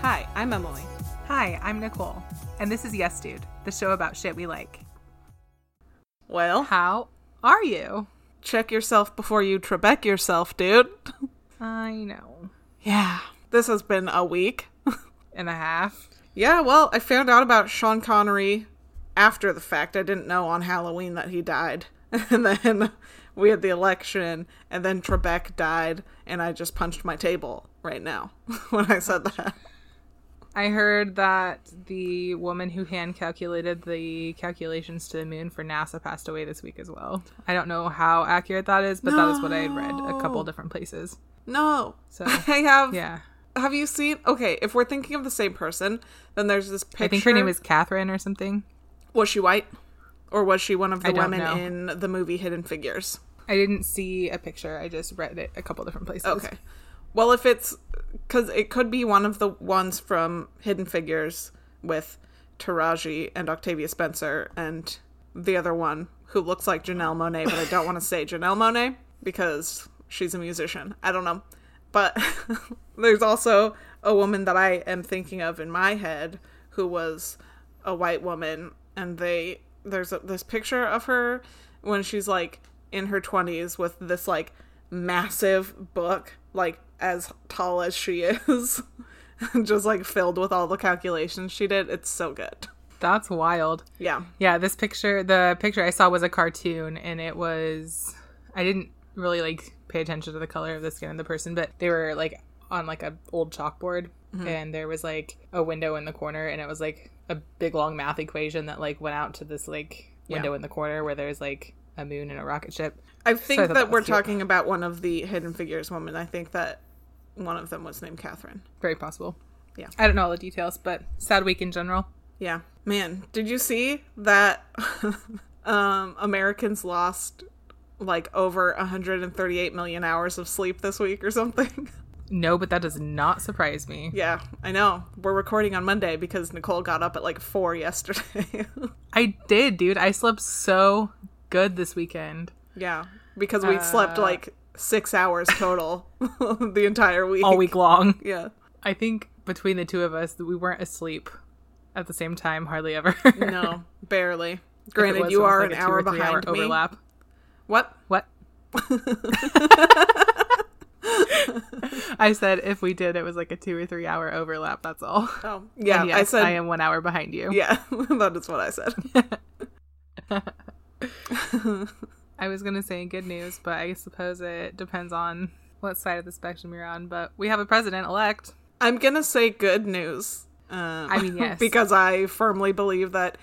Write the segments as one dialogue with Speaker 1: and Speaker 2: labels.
Speaker 1: Hi, I'm Emily.
Speaker 2: Hi, I'm Nicole, and this is Yes Dude, the show about shit we like.
Speaker 1: Well,
Speaker 2: How are you?
Speaker 1: check yourself before you Trebek yourself, dude.
Speaker 2: I know.
Speaker 1: Yeah. This has been a week.
Speaker 2: And a half.
Speaker 1: yeah, well, I found out about Sean Connery after the fact. I didn't know on Halloween that he died. And then we had the election, and then Trebek died, and I just punched my table right now when I said that.
Speaker 2: I heard that the woman who hand calculated the calculations to the moon for NASA passed away this week as well. I don't know how accurate that is, but that is what I had read a couple
Speaker 1: No.
Speaker 2: different places.
Speaker 1: No.
Speaker 2: So,
Speaker 1: I have.
Speaker 2: Yeah.
Speaker 1: Have you seen? Okay, if we're thinking of the same person, then there's this picture.
Speaker 2: I think her name is Catherine or something.
Speaker 1: Was she white? Or was she one of the
Speaker 2: I don't
Speaker 1: women
Speaker 2: know.
Speaker 1: in the movie Hidden Figures?
Speaker 2: I didn't see a picture. I just read it a couple different places.
Speaker 1: Okay. Well, if it's because it could be one of the ones from Hidden Figures with Taraji and Octavia Spencer and the other one who looks like Janelle Monet, but I don't want to say Janelle Monet because she's a musician. I don't know. But there's also a woman that I am thinking of in my head who was a white woman and they there's a, this picture of her when she's like in her 20s with this like massive book like as tall as she is just like filled with all the calculations she did it's so good
Speaker 2: That's wild.
Speaker 1: yeah
Speaker 2: Yeah, this picture, the picture I saw was a cartoon, and it was. I didn't really like pay attention to the color of the skin of the person, but they were like on like a old chalkboard, and there was like a window in the corner, and it was like a big long math equation that like went out to this like window in the corner where there's like a moon and a rocket ship.
Speaker 1: i think
Speaker 2: Sorry, I
Speaker 1: that,
Speaker 2: thought that
Speaker 1: we're
Speaker 2: was cute.
Speaker 1: talking about one of the hidden figures women i think that one of them was named catherine
Speaker 2: Very possible.
Speaker 1: Yeah.
Speaker 2: I don't know all the details, but sad week in general.
Speaker 1: yeah man did you see that um americans lost like over 138 million hours of sleep this week or something
Speaker 2: No, but that does not surprise me.
Speaker 1: yeah i know we're recording on monday because nicole got up at like four yesterday
Speaker 2: I did, dude. I slept so good this weekend.
Speaker 1: Yeah, because we slept
Speaker 2: Uh.
Speaker 1: like six hours total the entire week.
Speaker 2: all week long.
Speaker 1: Yeah.
Speaker 2: I think between the two of us, we weren't asleep at the same time hardly ever.
Speaker 1: No, barely.
Speaker 2: If it
Speaker 1: Granted,
Speaker 2: was,
Speaker 1: you
Speaker 2: it was
Speaker 1: are
Speaker 2: like
Speaker 1: an
Speaker 2: a two or
Speaker 1: hour
Speaker 2: three
Speaker 1: behind me.
Speaker 2: Overlap.
Speaker 1: What?
Speaker 2: What? I said if we did, it was like a two or three hour overlap. That's all.
Speaker 1: Oh, yeah.
Speaker 2: And yes,
Speaker 1: I said.
Speaker 2: I am one hour behind you.
Speaker 1: Yeah, that is what I said.
Speaker 2: I was gonna say good news, but I suppose it depends on what side of the spectrum you're on. But we have a president elect.
Speaker 1: I'm gonna say good news. Um,
Speaker 2: I mean, yes.
Speaker 1: because I firmly believe that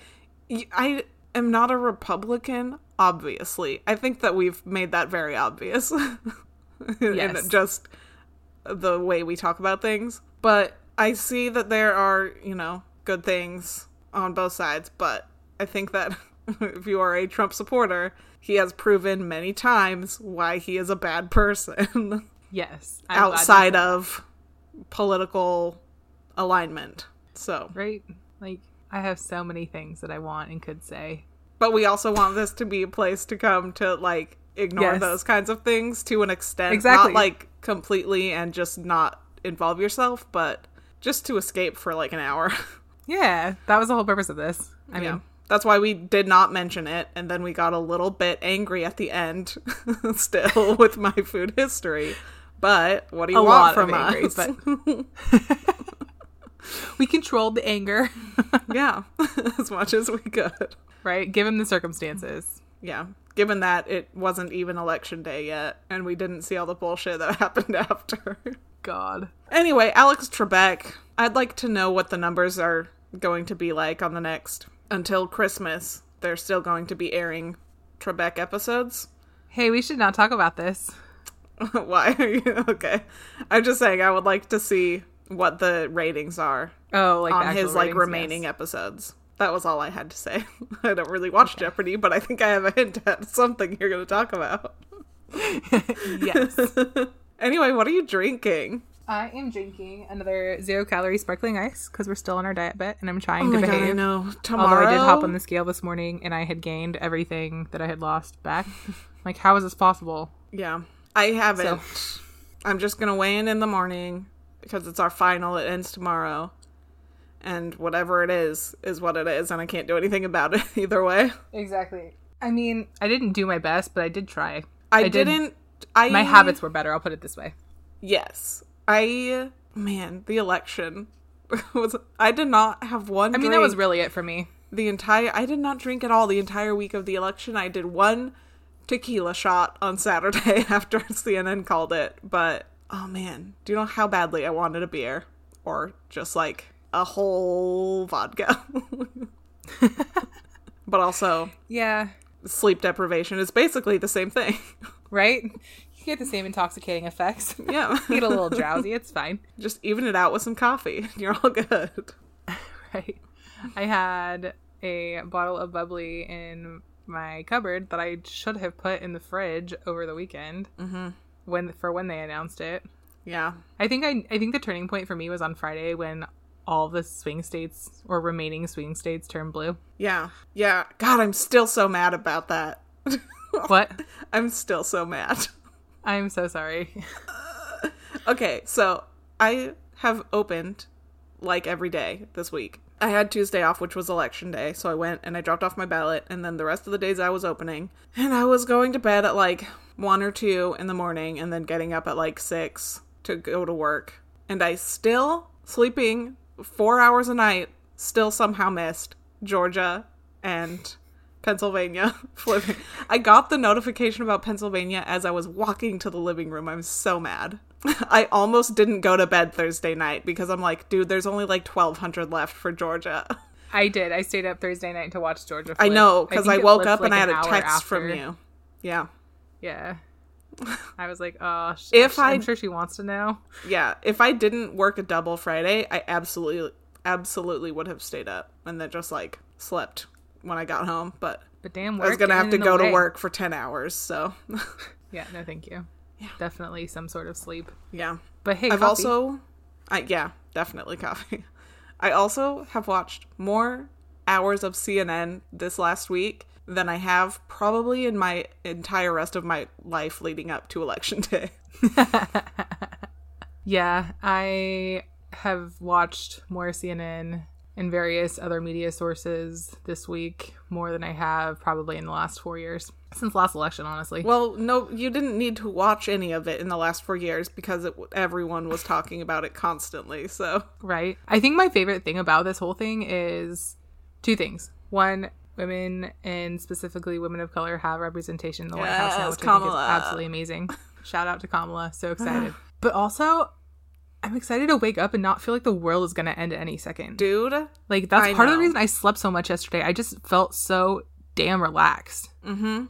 Speaker 1: y- I am not a Republican. Obviously, I think that we've made that very obvious.
Speaker 2: Yes.
Speaker 1: in just the way we talk about things. But I see that there are, you know, good things on both sides. But I think that if you are a Trump supporter, he has proven many times why he is a bad person
Speaker 2: Yes, I'm glad you-
Speaker 1: outside of political alignment. So,
Speaker 2: right? Like I have so many things that I want and could say.
Speaker 1: but we also want this to be a place to come to like ignore
Speaker 2: Yes.
Speaker 1: those kinds of things to an extent,
Speaker 2: Exactly.
Speaker 1: not like completely and just not involve yourself, but just to escape for like an hour.
Speaker 2: Yeah, that was the whole purpose of this. I
Speaker 1: yeah.
Speaker 2: mean,
Speaker 1: That's why we did not mention it, and then we got a little bit angry at the end, still with my food history. But what do you
Speaker 2: A
Speaker 1: want
Speaker 2: lot
Speaker 1: from
Speaker 2: of angry,
Speaker 1: us?
Speaker 2: we controlled the anger,
Speaker 1: yeah, as much as we could.
Speaker 2: right? Given the circumstances.
Speaker 1: yeah given that it wasn't even election day yet and we didn't see all the bullshit that happened after
Speaker 2: God.
Speaker 1: anyway alex trebek i'd like to know what the numbers are going to be like on the next until christmas they're still going to be airing trebek episodes
Speaker 2: Hey, we should not talk about this.
Speaker 1: why are you okay i'm just saying i would like to see what the ratings are
Speaker 2: Oh, like the
Speaker 1: on
Speaker 2: actual
Speaker 1: his like
Speaker 2: ratings,
Speaker 1: remaining
Speaker 2: yes.
Speaker 1: episodes that was all i had to say i don't really watch jeopardy but i think i have a hint at something you're going to talk about
Speaker 2: Yes.
Speaker 1: Anyway, what are you drinking?
Speaker 2: I am drinking another zero calorie sparkling ice because we're still on our diet bit, and I'm trying to behave.
Speaker 1: know.
Speaker 2: Although
Speaker 1: Tomorrow,
Speaker 2: I did hop on the scale this morning and I had gained everything that I had lost back. like, how is this possible?
Speaker 1: Yeah, I haven't. I'm just gonna weigh in in the morning because it's our final. It ends tomorrow. And whatever it is, is what it is, and I can't do anything about it either way.
Speaker 2: Exactly. I mean, I didn't do my best, but I did try.
Speaker 1: I,
Speaker 2: I did-
Speaker 1: didn't. I
Speaker 2: My habits were better. I'll put it this way.
Speaker 1: Yes, I. Man, the election was. I did not have one.
Speaker 2: I mean, that was
Speaker 1: drink
Speaker 2: really it for me.
Speaker 1: the entire. I did not drink at all the entire week of the election. I did one tequila shot on Saturday after CNN called it. But oh man, do you know how badly I wanted a beer or just like a whole vodka? but also,
Speaker 2: Yeah.
Speaker 1: sleep deprivation is basically the same thing.
Speaker 2: Right? You get the same intoxicating effects. you
Speaker 1: yeah,
Speaker 2: get a little drowsy. It's fine.
Speaker 1: just even it out with some coffee. You're all good.
Speaker 2: Right. I had a bottle of bubbly in my cupboard that I should have put in the fridge over the weekend mm-hmm. when for when they announced it.
Speaker 1: Yeah.
Speaker 2: I think I I think the turning point for me was on Friday when all the swing states or remaining swing states turned blue.
Speaker 1: Yeah. Yeah. God, I'm still so mad about that.
Speaker 2: What?
Speaker 1: I'm still so mad.
Speaker 2: I'm so sorry.
Speaker 1: Okay, so I have opened like every day this week. I had Tuesday off, which was election day, so I went and I dropped off my ballot, and then the rest of the days I was opening. And I was going to bed at like 1 or 2 in the morning, and then getting up at like 6 to go to work. And I still, sleeping four hours a night, still somehow missed Georgia and Pennsylvania flipping. I got the notification about Pennsylvania as I was walking to the living room. I'm so mad. I almost didn't go to bed Thursday night because I'm like, dude, there's only like 1,200 left for Georgia.
Speaker 2: I did. I stayed up Thursday night to watch Georgia.
Speaker 1: I
Speaker 2: flip.
Speaker 1: know because I,
Speaker 2: think it
Speaker 1: woke
Speaker 2: flipped,
Speaker 1: up and
Speaker 2: like,
Speaker 1: I had
Speaker 2: an
Speaker 1: a
Speaker 2: hour
Speaker 1: text from
Speaker 2: after.
Speaker 1: you. Yeah.
Speaker 2: Yeah. I was like, oh, sh-
Speaker 1: If I-
Speaker 2: I'm sure she wants to know.
Speaker 1: Yeah. If I didn't work a double Friday, I absolutely, absolutely would have stayed up and then just like slept when I got home. But
Speaker 2: But damn,
Speaker 1: I was going to have to go to
Speaker 2: way.
Speaker 1: work for 10 hours. So,
Speaker 2: Yeah, no, thank you. Definitely some sort of sleep.
Speaker 1: yeah.
Speaker 2: But hey,
Speaker 1: I've
Speaker 2: coffee.
Speaker 1: also, I, yeah, definitely coffee. I also have watched more hours of CNN this last week than I have probably in my entire rest of my life leading up to election day.
Speaker 2: yeah, I have watched more CNN and various other media sources this week more than I have probably in the last four years since last election, honestly.
Speaker 1: Well, no, you didn't need to watch any of it in the last four years because it, everyone was talking about it constantly. So,
Speaker 2: right? I think my favorite thing about this whole thing is two things. One, women and specifically women of color have representation in the White House now,
Speaker 1: Yes,
Speaker 2: which
Speaker 1: Kamala.
Speaker 2: I think is absolutely amazing. Shout out to Kamala. So excited. but also, I'm excited to wake up and not feel like the world is going to end at any second.
Speaker 1: dude,
Speaker 2: Like that's
Speaker 1: I
Speaker 2: part of the
Speaker 1: know.
Speaker 2: reason I slept so much yesterday. I just felt so damn relaxed.
Speaker 1: mm-hmm.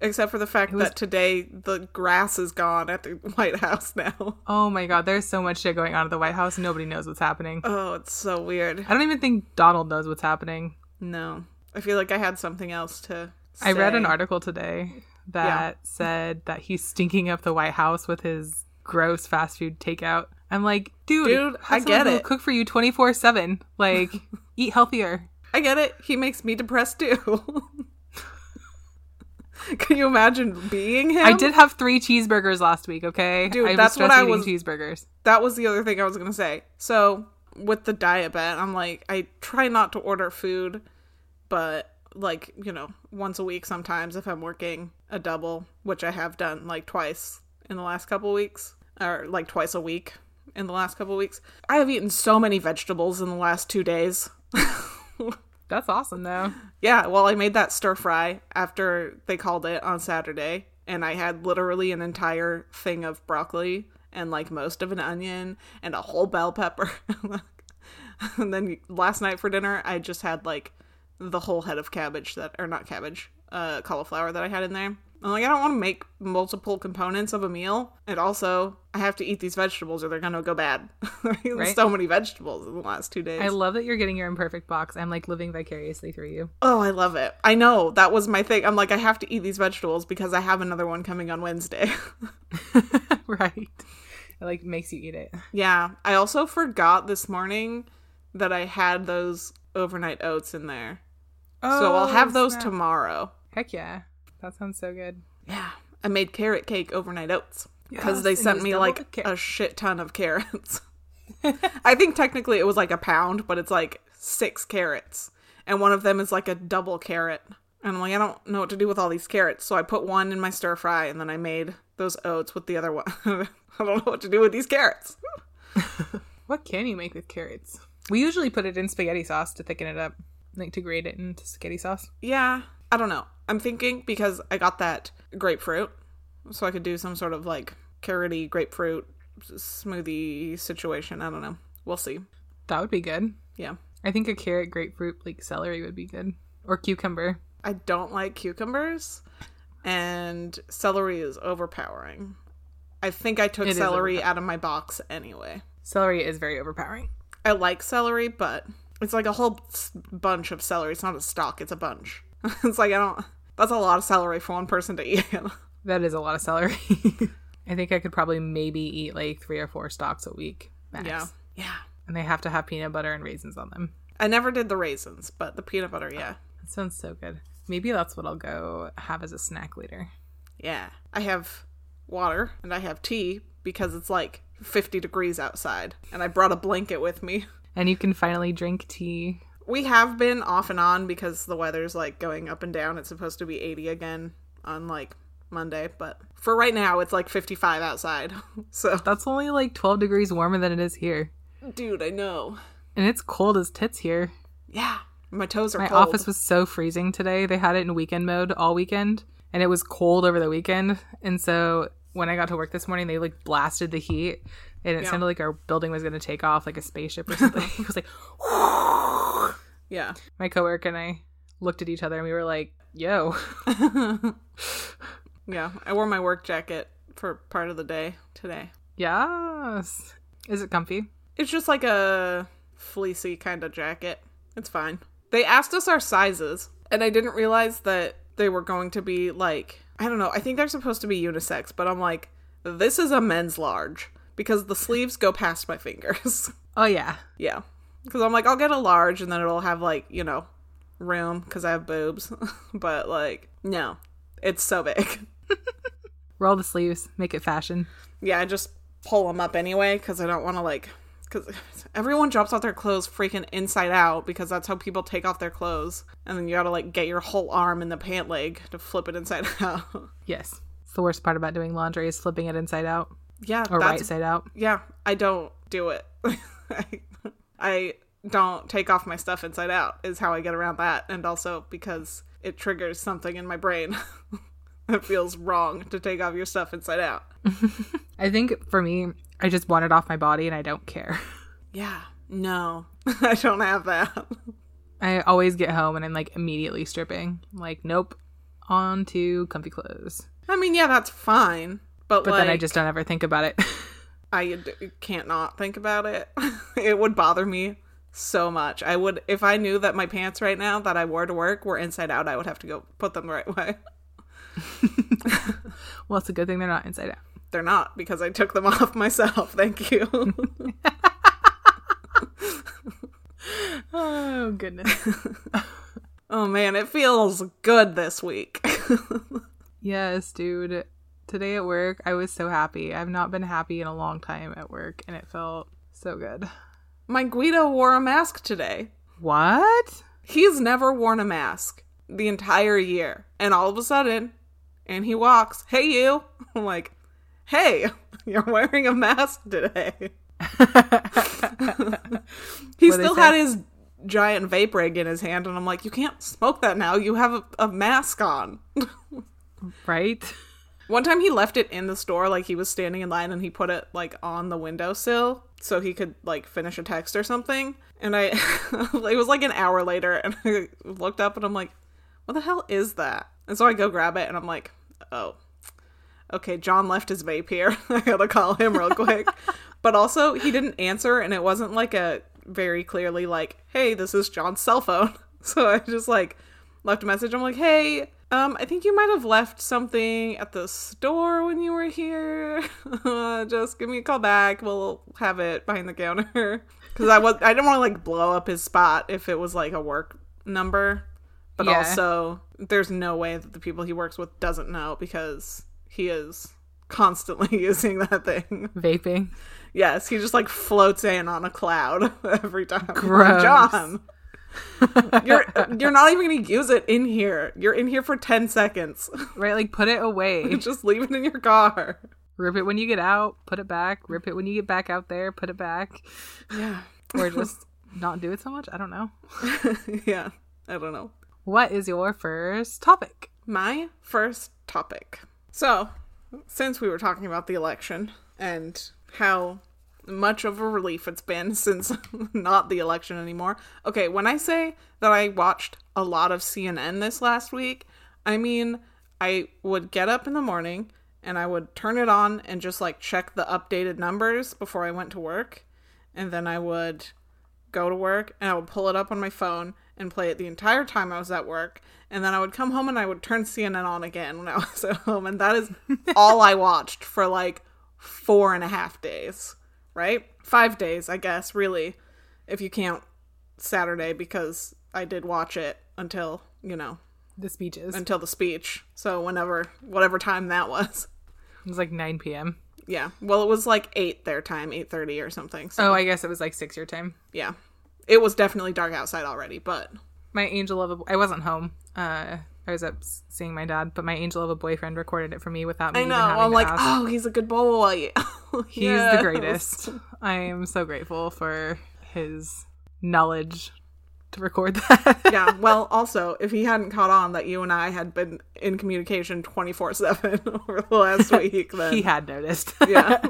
Speaker 1: except for the fact
Speaker 2: was-
Speaker 1: that today the grass is gone at the White House now.
Speaker 2: Oh my god, there's so much shit going on at the White House. Nobody knows what's happening.
Speaker 1: Oh, it's so weird.
Speaker 2: I don't even think Donald knows what's happening.
Speaker 1: No. I feel like I had something else to
Speaker 2: I read an
Speaker 1: say.
Speaker 2: article today that said that he's stinking up the White House with his gross fast food takeout. I'm like, dude,
Speaker 1: Dude,
Speaker 2: have
Speaker 1: I
Speaker 2: someone
Speaker 1: get
Speaker 2: who will
Speaker 1: it.
Speaker 2: Cook for you 24 seven. Like, eat healthier.
Speaker 1: I get it. He makes me depressed too. Can you imagine being him?
Speaker 2: I did have three cheeseburgers last week. Okay,
Speaker 1: Dude,
Speaker 2: I was
Speaker 1: that's what
Speaker 2: stress
Speaker 1: I
Speaker 2: eating
Speaker 1: was-
Speaker 2: Cheeseburgers.
Speaker 1: That was the other thing I was going to say. So, with the diabet, I'm like, I try not to order food, but like, you know, once a week sometimes if I'm working a double, which I have done like twice in the last couple weeks, or like twice a week in the last couple weeks. I have eaten so many vegetables in the last two days.
Speaker 2: That's awesome though.
Speaker 1: Yeah, well, I made that stir fry after they called it on Saturday, and I had literally an entire thing of broccoli and like most of an onion and a whole bell pepper. and then last night for dinner, I just had like the whole head of cabbage that, or not cabbage, uh, cauliflower that I had in there. I'm like, I don't want to make multiple components of a meal, and also I have to eat these vegetables or they're gonna go bad. There's
Speaker 2: Right.
Speaker 1: So many vegetables in the last two days.
Speaker 2: I love that you're getting your imperfect box. I'm like living vicariously through you.
Speaker 1: Oh, I love it. I know. That was my thing. I'm like, I have to eat these vegetables because I have another one coming on Wednesday.
Speaker 2: right. It like makes you eat it.
Speaker 1: yeah. I also forgot this morning that I had those overnight oats in there. so I'll have those
Speaker 2: Oh, snap.
Speaker 1: tomorrow.
Speaker 2: Heck yeah. That sounds so good.
Speaker 1: Yeah. I made carrot cake overnight oats because they
Speaker 2: Yes, and
Speaker 1: sent
Speaker 2: use
Speaker 1: me
Speaker 2: double the
Speaker 1: like
Speaker 2: car-
Speaker 1: a shit ton of carrots. I think technically it was like a pound, but it's like six carrots. And one of them is like a double carrot. And I'm like, I don't know what to do with all these carrots. So I put one in my stir fry and then I made those oats with the other one. I don't know what to do with these carrots.
Speaker 2: What can you make with carrots? We usually put it in spaghetti sauce to thicken it up, like to grate it into spaghetti sauce.
Speaker 1: Yeah, I don't know. I'm thinking because I got that grapefruit. So I could do some sort of like carroty grapefruit smoothie situation. I don't know. We'll see.
Speaker 2: That would be good.
Speaker 1: Yeah.
Speaker 2: I think a carrot, grapefruit, like celery would be good, or cucumber.
Speaker 1: I don't like cucumbers, and celery is overpowering. I think I took
Speaker 2: It is
Speaker 1: celery out of my box anyway.
Speaker 2: Celery is very overpowering.
Speaker 1: I like celery, but it's like a whole s- bunch of celery. It's not a stalk, it's a bunch. it's like, I don't. That's a lot of celery for one person to eat.
Speaker 2: That is a lot of celery. I think I could probably maybe eat like three or four stalks a week max.
Speaker 1: yeah. Yeah.
Speaker 2: And they have to have peanut butter and raisins on them.
Speaker 1: I never did the raisins, but the peanut butter, yeah.
Speaker 2: That sounds so good. Maybe that's what I'll go have as a snack later.
Speaker 1: Yeah. I have water and I have tea because it's like 50 degrees outside, and I brought a blanket with me.
Speaker 2: And you can finally drink tea.
Speaker 1: We have been off and on because the weather's like going up and down. It's supposed to be 80 again on like Monday, but for right now it's like 55 outside. So,
Speaker 2: That's only like 12 degrees warmer than it is here.
Speaker 1: dude, I know.
Speaker 2: And it's cold as tits here.
Speaker 1: Yeah. My toes are
Speaker 2: My
Speaker 1: cold.
Speaker 2: office was so freezing today. They had it in weekend mode all weekend, and it was cold over the weekend. And so when I got to work this morning, they like blasted the heat, and it
Speaker 1: Yeah.
Speaker 2: sounded like our building was going to take off like a spaceship or something. it was like
Speaker 1: yeah.
Speaker 2: my coworker and I looked at each other, and we were like, "Yo,
Speaker 1: Yeah. I wore my work jacket for part of the day today.
Speaker 2: yes, is it comfy?"
Speaker 1: It's just like a fleecy kind of jacket. It's fine. They asked us our sizes, and I didn't realize that they were going to be like, I don't know, I think they're supposed to be unisex, but I'm like, this is a men's large because the sleeves go past my fingers.
Speaker 2: Oh yeah,
Speaker 1: yeah. Because I'm like, I'll get a large and then it'll have like, you know, room because I have boobs. but like, no, it's so big.
Speaker 2: roll the sleeves, make it fashion.
Speaker 1: yeah, I just pull them up anyway because I don't want to like because everyone drops off their clothes freaking inside out because that's how people take off their clothes, and then you gotta like get your whole arm in the pant leg to flip it inside out.
Speaker 2: Yes, it's the worst part about doing laundry is flipping it inside out
Speaker 1: yeah,
Speaker 2: or
Speaker 1: that's
Speaker 2: right side out.
Speaker 1: yeah. I don't do it. I, I don't take off my stuff inside out is how I get around that, and also because it triggers something in my brain. it feels wrong to take off your stuff inside out.
Speaker 2: I think for me, I just want it off my body, and I don't care.
Speaker 1: Yeah, no, I don't have that.
Speaker 2: I always get home and I'm like immediately stripping. I'm like, nope, on to comfy clothes.
Speaker 1: I mean, yeah, that's fine, but,
Speaker 2: But
Speaker 1: like,
Speaker 2: then I just don't ever think about it.
Speaker 1: I d- can't not think about it. it would bother me so much. I would if I knew that my pants right now that I wore to work were inside out. I would have to go put them the right way.
Speaker 2: well, it's a good thing they're not inside out.
Speaker 1: They're not because I took them off myself. Thank you.
Speaker 2: Oh, goodness.
Speaker 1: oh man, it feels good this week.
Speaker 2: yes, dude. Today at work, I was so happy. I've not been happy in a long time at work, and it felt so good.
Speaker 1: my Guido wore a mask today.
Speaker 2: What?
Speaker 1: He's never worn a mask the entire year, and all of a sudden, and he walks. Hey, you. I'm like, hey, you're wearing a mask today. He
Speaker 2: What'd they
Speaker 1: still
Speaker 2: say?
Speaker 1: had his giant vape rig in his hand, and I'm like, you can't smoke that now. You have a, a mask on.
Speaker 2: right?
Speaker 1: One time he left it in the store, like he was standing in line, and he put it like on the windowsill so he could like finish a text or something. And I, it was like an hour later, and I looked up and I'm like, what the hell is that? And so I go grab it, and I'm like, oh, okay, John left his vape here. I gotta call him real quick. but also, he didn't answer, and it wasn't like a very clearly like, hey, this is John's cell phone. So I just like left a message. I'm like, hey, um, I think you might have left something at the store when you were here. just give me a call back. We'll have it behind the counter because I was I didn't want to like blow up his spot if it was like a work number. But
Speaker 2: Yeah.
Speaker 1: also, there's no way that the people he works with doesn't know because he is constantly using that thing.
Speaker 2: Vaping.
Speaker 1: Yes, he just like floats in on a cloud every time.
Speaker 2: Gross.
Speaker 1: John. you're you're not even going to use it in here. You're in here for 10 seconds.
Speaker 2: Right? Like put it away.
Speaker 1: just leave it in your car.
Speaker 2: Rip it when you get out, put it back. Rip it when you get back out there, put it back.
Speaker 1: Yeah.
Speaker 2: Or just not do it so much. I don't know.
Speaker 1: yeah. I don't know.
Speaker 2: What is your first topic?
Speaker 1: my first topic. So, since we were talking about the election and how much of a relief it's been since not the election anymore. Okay, when I say that I watched a lot of CNN this last week, I mean, I would get up in the morning and I would turn it on and just like check the updated numbers before I went to work. And then I would go to work and I would pull it up on my phone and play it the entire time I was at work. And then I would come home and I would turn CNN on again when I was at home. And that is all I watched for like four and a half days, right? Five days, I guess, really, if you count Saturday, because I did watch it until, you know,
Speaker 2: The speeches. It
Speaker 1: until the speech. So whenever, whatever time that was.
Speaker 2: was like 9 p.m.
Speaker 1: Yeah. Well, it was like 8 their time, 8.30 or something. So
Speaker 2: Oh, I guess it was like six your time.
Speaker 1: yeah. It was definitely dark outside already, but
Speaker 2: my angel of a I wasn't home. Uh, I was up s- seeing my dad, but my angel of a boyfriend recorded it for me without
Speaker 1: I
Speaker 2: me.
Speaker 1: know.
Speaker 2: Even having
Speaker 1: I'm
Speaker 2: to
Speaker 1: like,
Speaker 2: ask.
Speaker 1: oh, he's a good boy.
Speaker 2: he's the greatest. I am so grateful for his knowledge to record that.
Speaker 1: yeah. Well, also, if he hadn't caught on that you and I had been in communication 24 7 over the last week, then.
Speaker 2: he had noticed.
Speaker 1: yeah.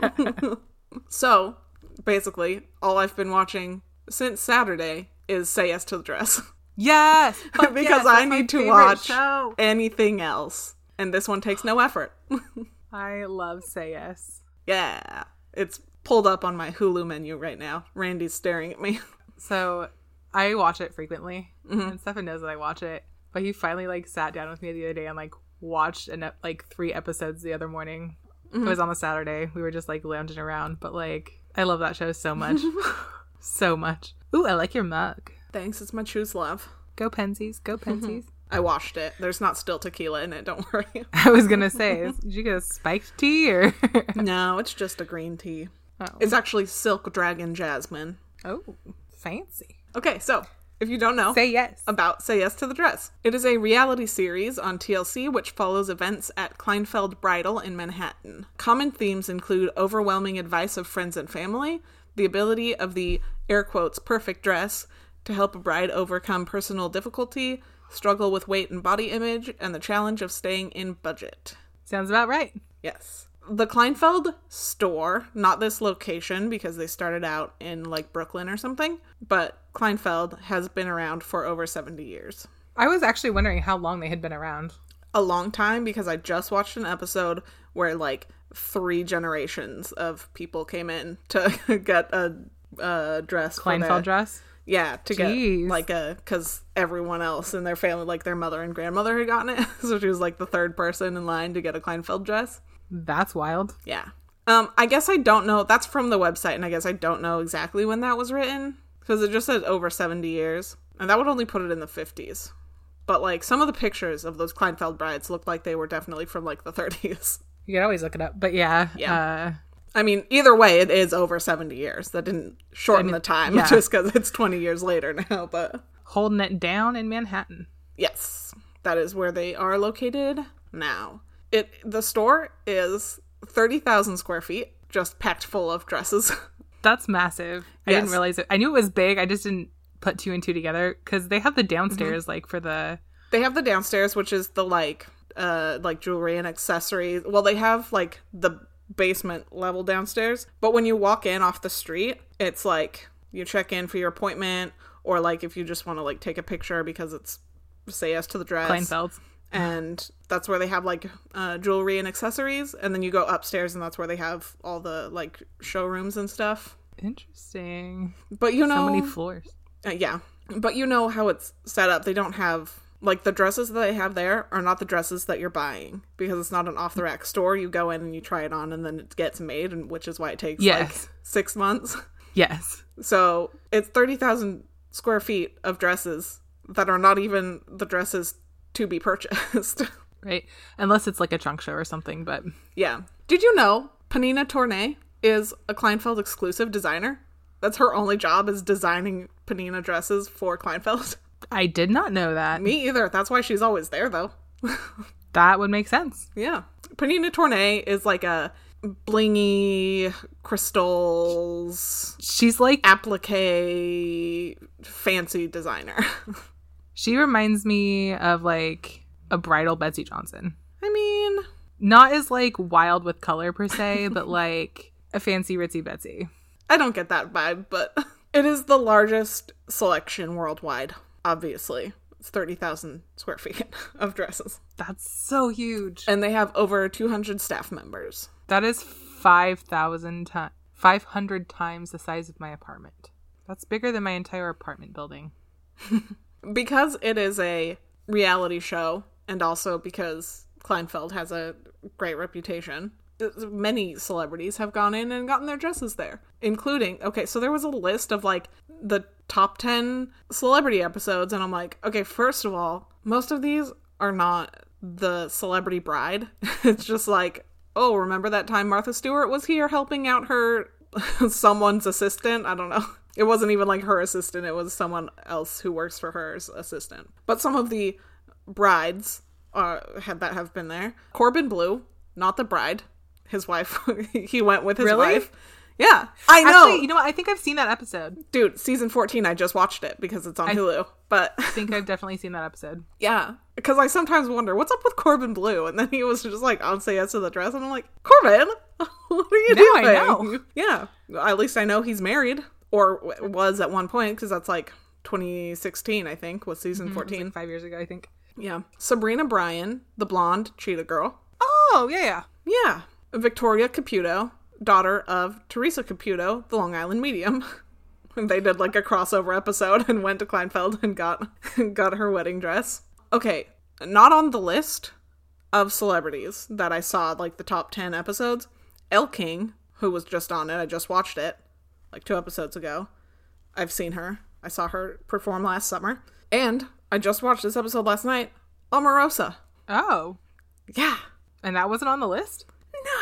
Speaker 1: so, basically, all I've been watching since Saturday is Say Yes to the Dress
Speaker 2: yes, fuck
Speaker 1: because
Speaker 2: yes,
Speaker 1: I
Speaker 2: that's my
Speaker 1: need to
Speaker 2: favorite
Speaker 1: watch
Speaker 2: Show.
Speaker 1: anything else. And this one takes no effort.
Speaker 2: I love say yes.
Speaker 1: yeah. It's pulled up on my Hulu menu right now. Randy's staring at me.
Speaker 2: So I watch it frequently, and Stefan knows that I watch it. But he finally like sat down with me the other day and like watched an ep- like three episodes the other morning. It was on a Saturday. We were just like lounging around, but like I love that show so much, so much. Ooh, I like your mug.
Speaker 1: Thanks. It's my choose love.
Speaker 2: Go Pensies, go Pensies.
Speaker 1: I washed it. There's not still tequila in it, don't worry.
Speaker 2: I was gonna say, did you get a spiked tea or?
Speaker 1: no, it's just a green tea.
Speaker 2: Oh.
Speaker 1: It's actually silk dragon jasmine.
Speaker 2: oh, fancy.
Speaker 1: Okay, so if you don't know
Speaker 2: Say yes.
Speaker 1: about Say Yes to the Dress, it is a reality series on TLC which follows events at Kleinfeld Bridal in Manhattan. Common themes include overwhelming advice of friends and family, the ability of the air quotes perfect dress to help a bride overcome personal difficulty, struggle with weight and body image, and the challenge of staying in budget.
Speaker 2: Sounds about right.
Speaker 1: Yes. The Kleinfeld store, not this location because they started out in like Brooklyn or something, but Kleinfeld has been around for over 70 years.
Speaker 2: I was actually wondering how long they had been around.
Speaker 1: A long time because I just watched an episode where like three generations of people came in to get a, a dress for their-
Speaker 2: Kleinfeld dress.
Speaker 1: yeah, to
Speaker 2: Jeez.
Speaker 1: get like a because everyone else in their family, like their mother and grandmother, had gotten it, so she was like the third person in line to get a Kleinfeld dress.
Speaker 2: That's wild.
Speaker 1: Yeah. Um, I guess I don't know. That's from the website, and I guess I don't know exactly when that was written because it just says over 70 years, and that would only put it in the 50s. But like some of the pictures of those Kleinfeld brides looked like they were definitely from like the 30s.
Speaker 2: You could always look it up, but yeah, uh,
Speaker 1: Yeah. I mean, either way, it is over 70 years. That didn't shorten the time
Speaker 2: yeah.
Speaker 1: just because it's 20 years later now. But
Speaker 2: uh, holding it down in Manhattan.
Speaker 1: yes, that is where they are located now. It the store is 30,000 square feet, just packed full of dresses.
Speaker 2: That's massive. I didn't
Speaker 1: Yes.
Speaker 2: realize it. I knew it was big. I just didn't put two and two together because they have the downstairs
Speaker 1: Mm-hmm.
Speaker 2: like for the
Speaker 1: they have the downstairs which is the like uh like jewelry and accessories well they have like the basement level downstairs but when you walk in off the street it's like you check in for your appointment or like if you just want to like take a picture because it's say yes to the dress
Speaker 2: Kleinfelds.
Speaker 1: and that's where they have like uh, jewelry and accessories and then you go upstairs and that's where they have all the like showrooms and stuff
Speaker 2: Interesting.
Speaker 1: but you know
Speaker 2: How many floors?
Speaker 1: uh, yeah. But you know how it's set up. They don't have like the dresses that they have there are not the dresses that you're buying because it's not an off the rack store. You go in and you try it on and then it gets made and which is why it takes
Speaker 2: Yes.
Speaker 1: like 6 months.
Speaker 2: Yes.
Speaker 1: So, it's 30,000 square feet of dresses that are not even the dresses to be purchased.
Speaker 2: right? Unless it's like a trunk show or something, but
Speaker 1: Yeah. Did you know Panina Tournay is a Kleinfeld exclusive designer? That's her only job is designing Panina dresses for Kleinfeld.
Speaker 2: I did not know that.
Speaker 1: Me either. That's why she's always there though.
Speaker 2: That would make sense.
Speaker 1: Yeah. Panina Tournay is like a blingy crystals
Speaker 2: She's like
Speaker 1: applique fancy designer.
Speaker 2: She reminds me of like a bridal Betsy Johnson.
Speaker 1: I mean,
Speaker 2: Not as like wild with color per se, but like a fancy ritzy Betsy.
Speaker 1: I don't get that vibe, but it is the largest selection worldwide, obviously. It's 30,000 square feet of dresses.
Speaker 2: That's so huge.
Speaker 1: And they have over 200 staff members.
Speaker 2: That is 5,000 times 500 times the size of my apartment. That's bigger than my entire apartment building.
Speaker 1: Because it is a reality show, and also because Kleinfeld has a great reputation, many celebrities have gone in and gotten their dresses there, including, okay, so there was a list of like the top 10 celebrity episodes, and I'm like, okay, first of all, most of these are not the celebrity bride. it's just like, oh, remember that time Martha Stewart was here helping out her someone's assistant? I don't know. It wasn't even like her assistant, it was someone else who works for her as assistant. But some of the brides are, have, that have been there. Corbin Blue, not the bride, his wife. he went with his
Speaker 2: Really?
Speaker 1: wife. Yeah, I know.
Speaker 2: Actually, you know what? I think I've seen that episode.
Speaker 1: Dude, season 14, I just watched it because it's on Hulu. But
Speaker 2: I think I've definitely seen that episode.
Speaker 1: yeah, because I sometimes wonder what's up with Corbin Blue, and then he was just like, "I'll say yes to the dress," and I'm like, "Corbin, what are you
Speaker 2: Now I
Speaker 1: doing?"
Speaker 2: know.
Speaker 1: Yeah, at least I know he's married or w- was at one point because that's like 2016, I think, was
Speaker 2: Mm-hmm.
Speaker 1: season 14.
Speaker 2: Five years ago, I think.
Speaker 1: Yeah, Sabrina Bryan, the blonde cheetah girl.
Speaker 2: Oh, yeah, yeah.
Speaker 1: Yeah, Victoria Caputo, daughter of Teresa Caputo, the Long Island medium. they did like a crossover episode and went to Kleinfeld and got got her wedding dress. Okay, not on the list of celebrities that I saw like the top 10 episodes. El King, who was just on it, I just watched it like two episodes ago. I've seen her. I saw her perform last summer. And I just watched this episode last night. Omarosa.
Speaker 2: Oh.
Speaker 1: Yeah.
Speaker 2: And that wasn't on the list?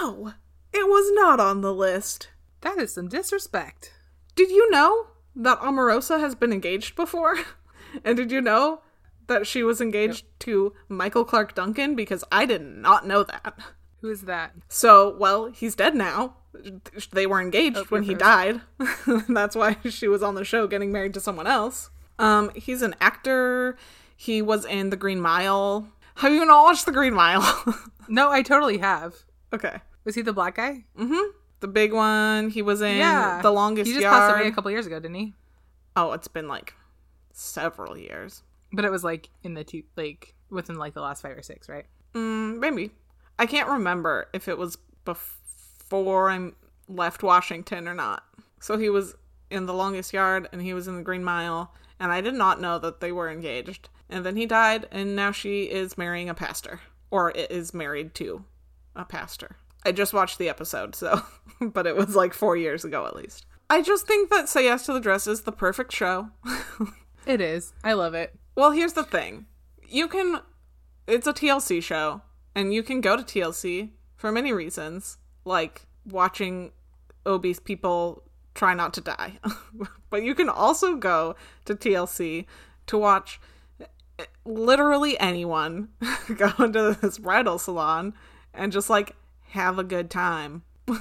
Speaker 1: No, it was not on the list.
Speaker 2: That is some disrespect.
Speaker 1: Did you know that Omarosa has been engaged before? and did you know that she was engaged to Michael Clark Duncan? Because I did not know that.
Speaker 2: Who is that?
Speaker 1: So, well, he's dead now. They were engaged when he died. That's why she was on the show getting married to someone else. Um, he's an actor. He was in The Green Mile. Have you not watched The Green Mile?
Speaker 2: No, I totally have.
Speaker 1: okay.
Speaker 2: Was he the black guy?
Speaker 1: The big one. He was in
Speaker 2: Yeah.
Speaker 1: The Longest
Speaker 2: He just passed away a
Speaker 1: Yard.
Speaker 2: couple years ago, didn't he?
Speaker 1: Oh, it's been like several years.
Speaker 2: But it was like in the two, like within like the last five or six, right?
Speaker 1: Mm, Maybe. I can't remember if it was before I left Washington or not. So he was in The Longest Yard and he was in The Green Mile. And I did not know that they were engaged. And then he died, and now she is marrying a pastor. Or i- is married to a pastor. I just watched the episode, so. but it was like four years ago at least. I just think that Say Yes to the Dress is the perfect show.
Speaker 2: It is. I love it.
Speaker 1: Well, here's the thing. You can it's a TLC show and you can go to TLC for many reasons, like watching obese people try not to die. but you can also go to TLC to watch eh, literally anyone go into this bridal salon and just like have a good time.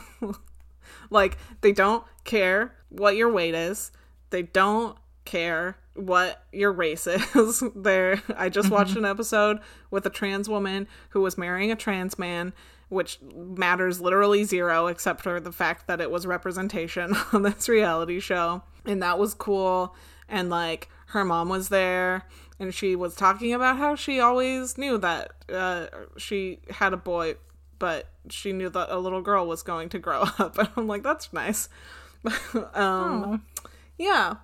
Speaker 1: Like they don't care what your weight is. They don't care what your race is. There I just watched an episode with a trans woman who was marrying a trans man, which matters literally zero except for the fact that it was representation on this reality show. And that was cool. And like her mom was there and she was talking about how she always knew that uh, she had a boy but she knew that a little girl was going to grow up and i'm like that's nice um yeah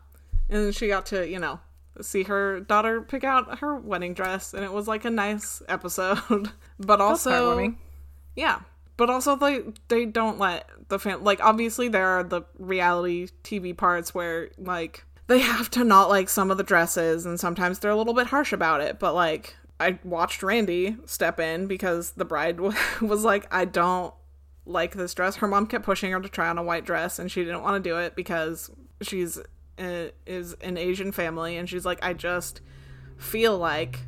Speaker 1: and she got to you know see her daughter pick out her wedding dress and it was like a nice episode but also
Speaker 2: Heartwarming.
Speaker 1: yeah. But also they they don't let the fan like obviously there are the reality TV parts where like they have to not like some of the dresses and sometimes they're a little bit harsh about it, but like I watched Randy step in because the bride w- was like, I don't like this dress. Her mom kept pushing her to try on a white dress, and she didn't want to do it because she's uh, is an Asian family, and she's like, I just feel like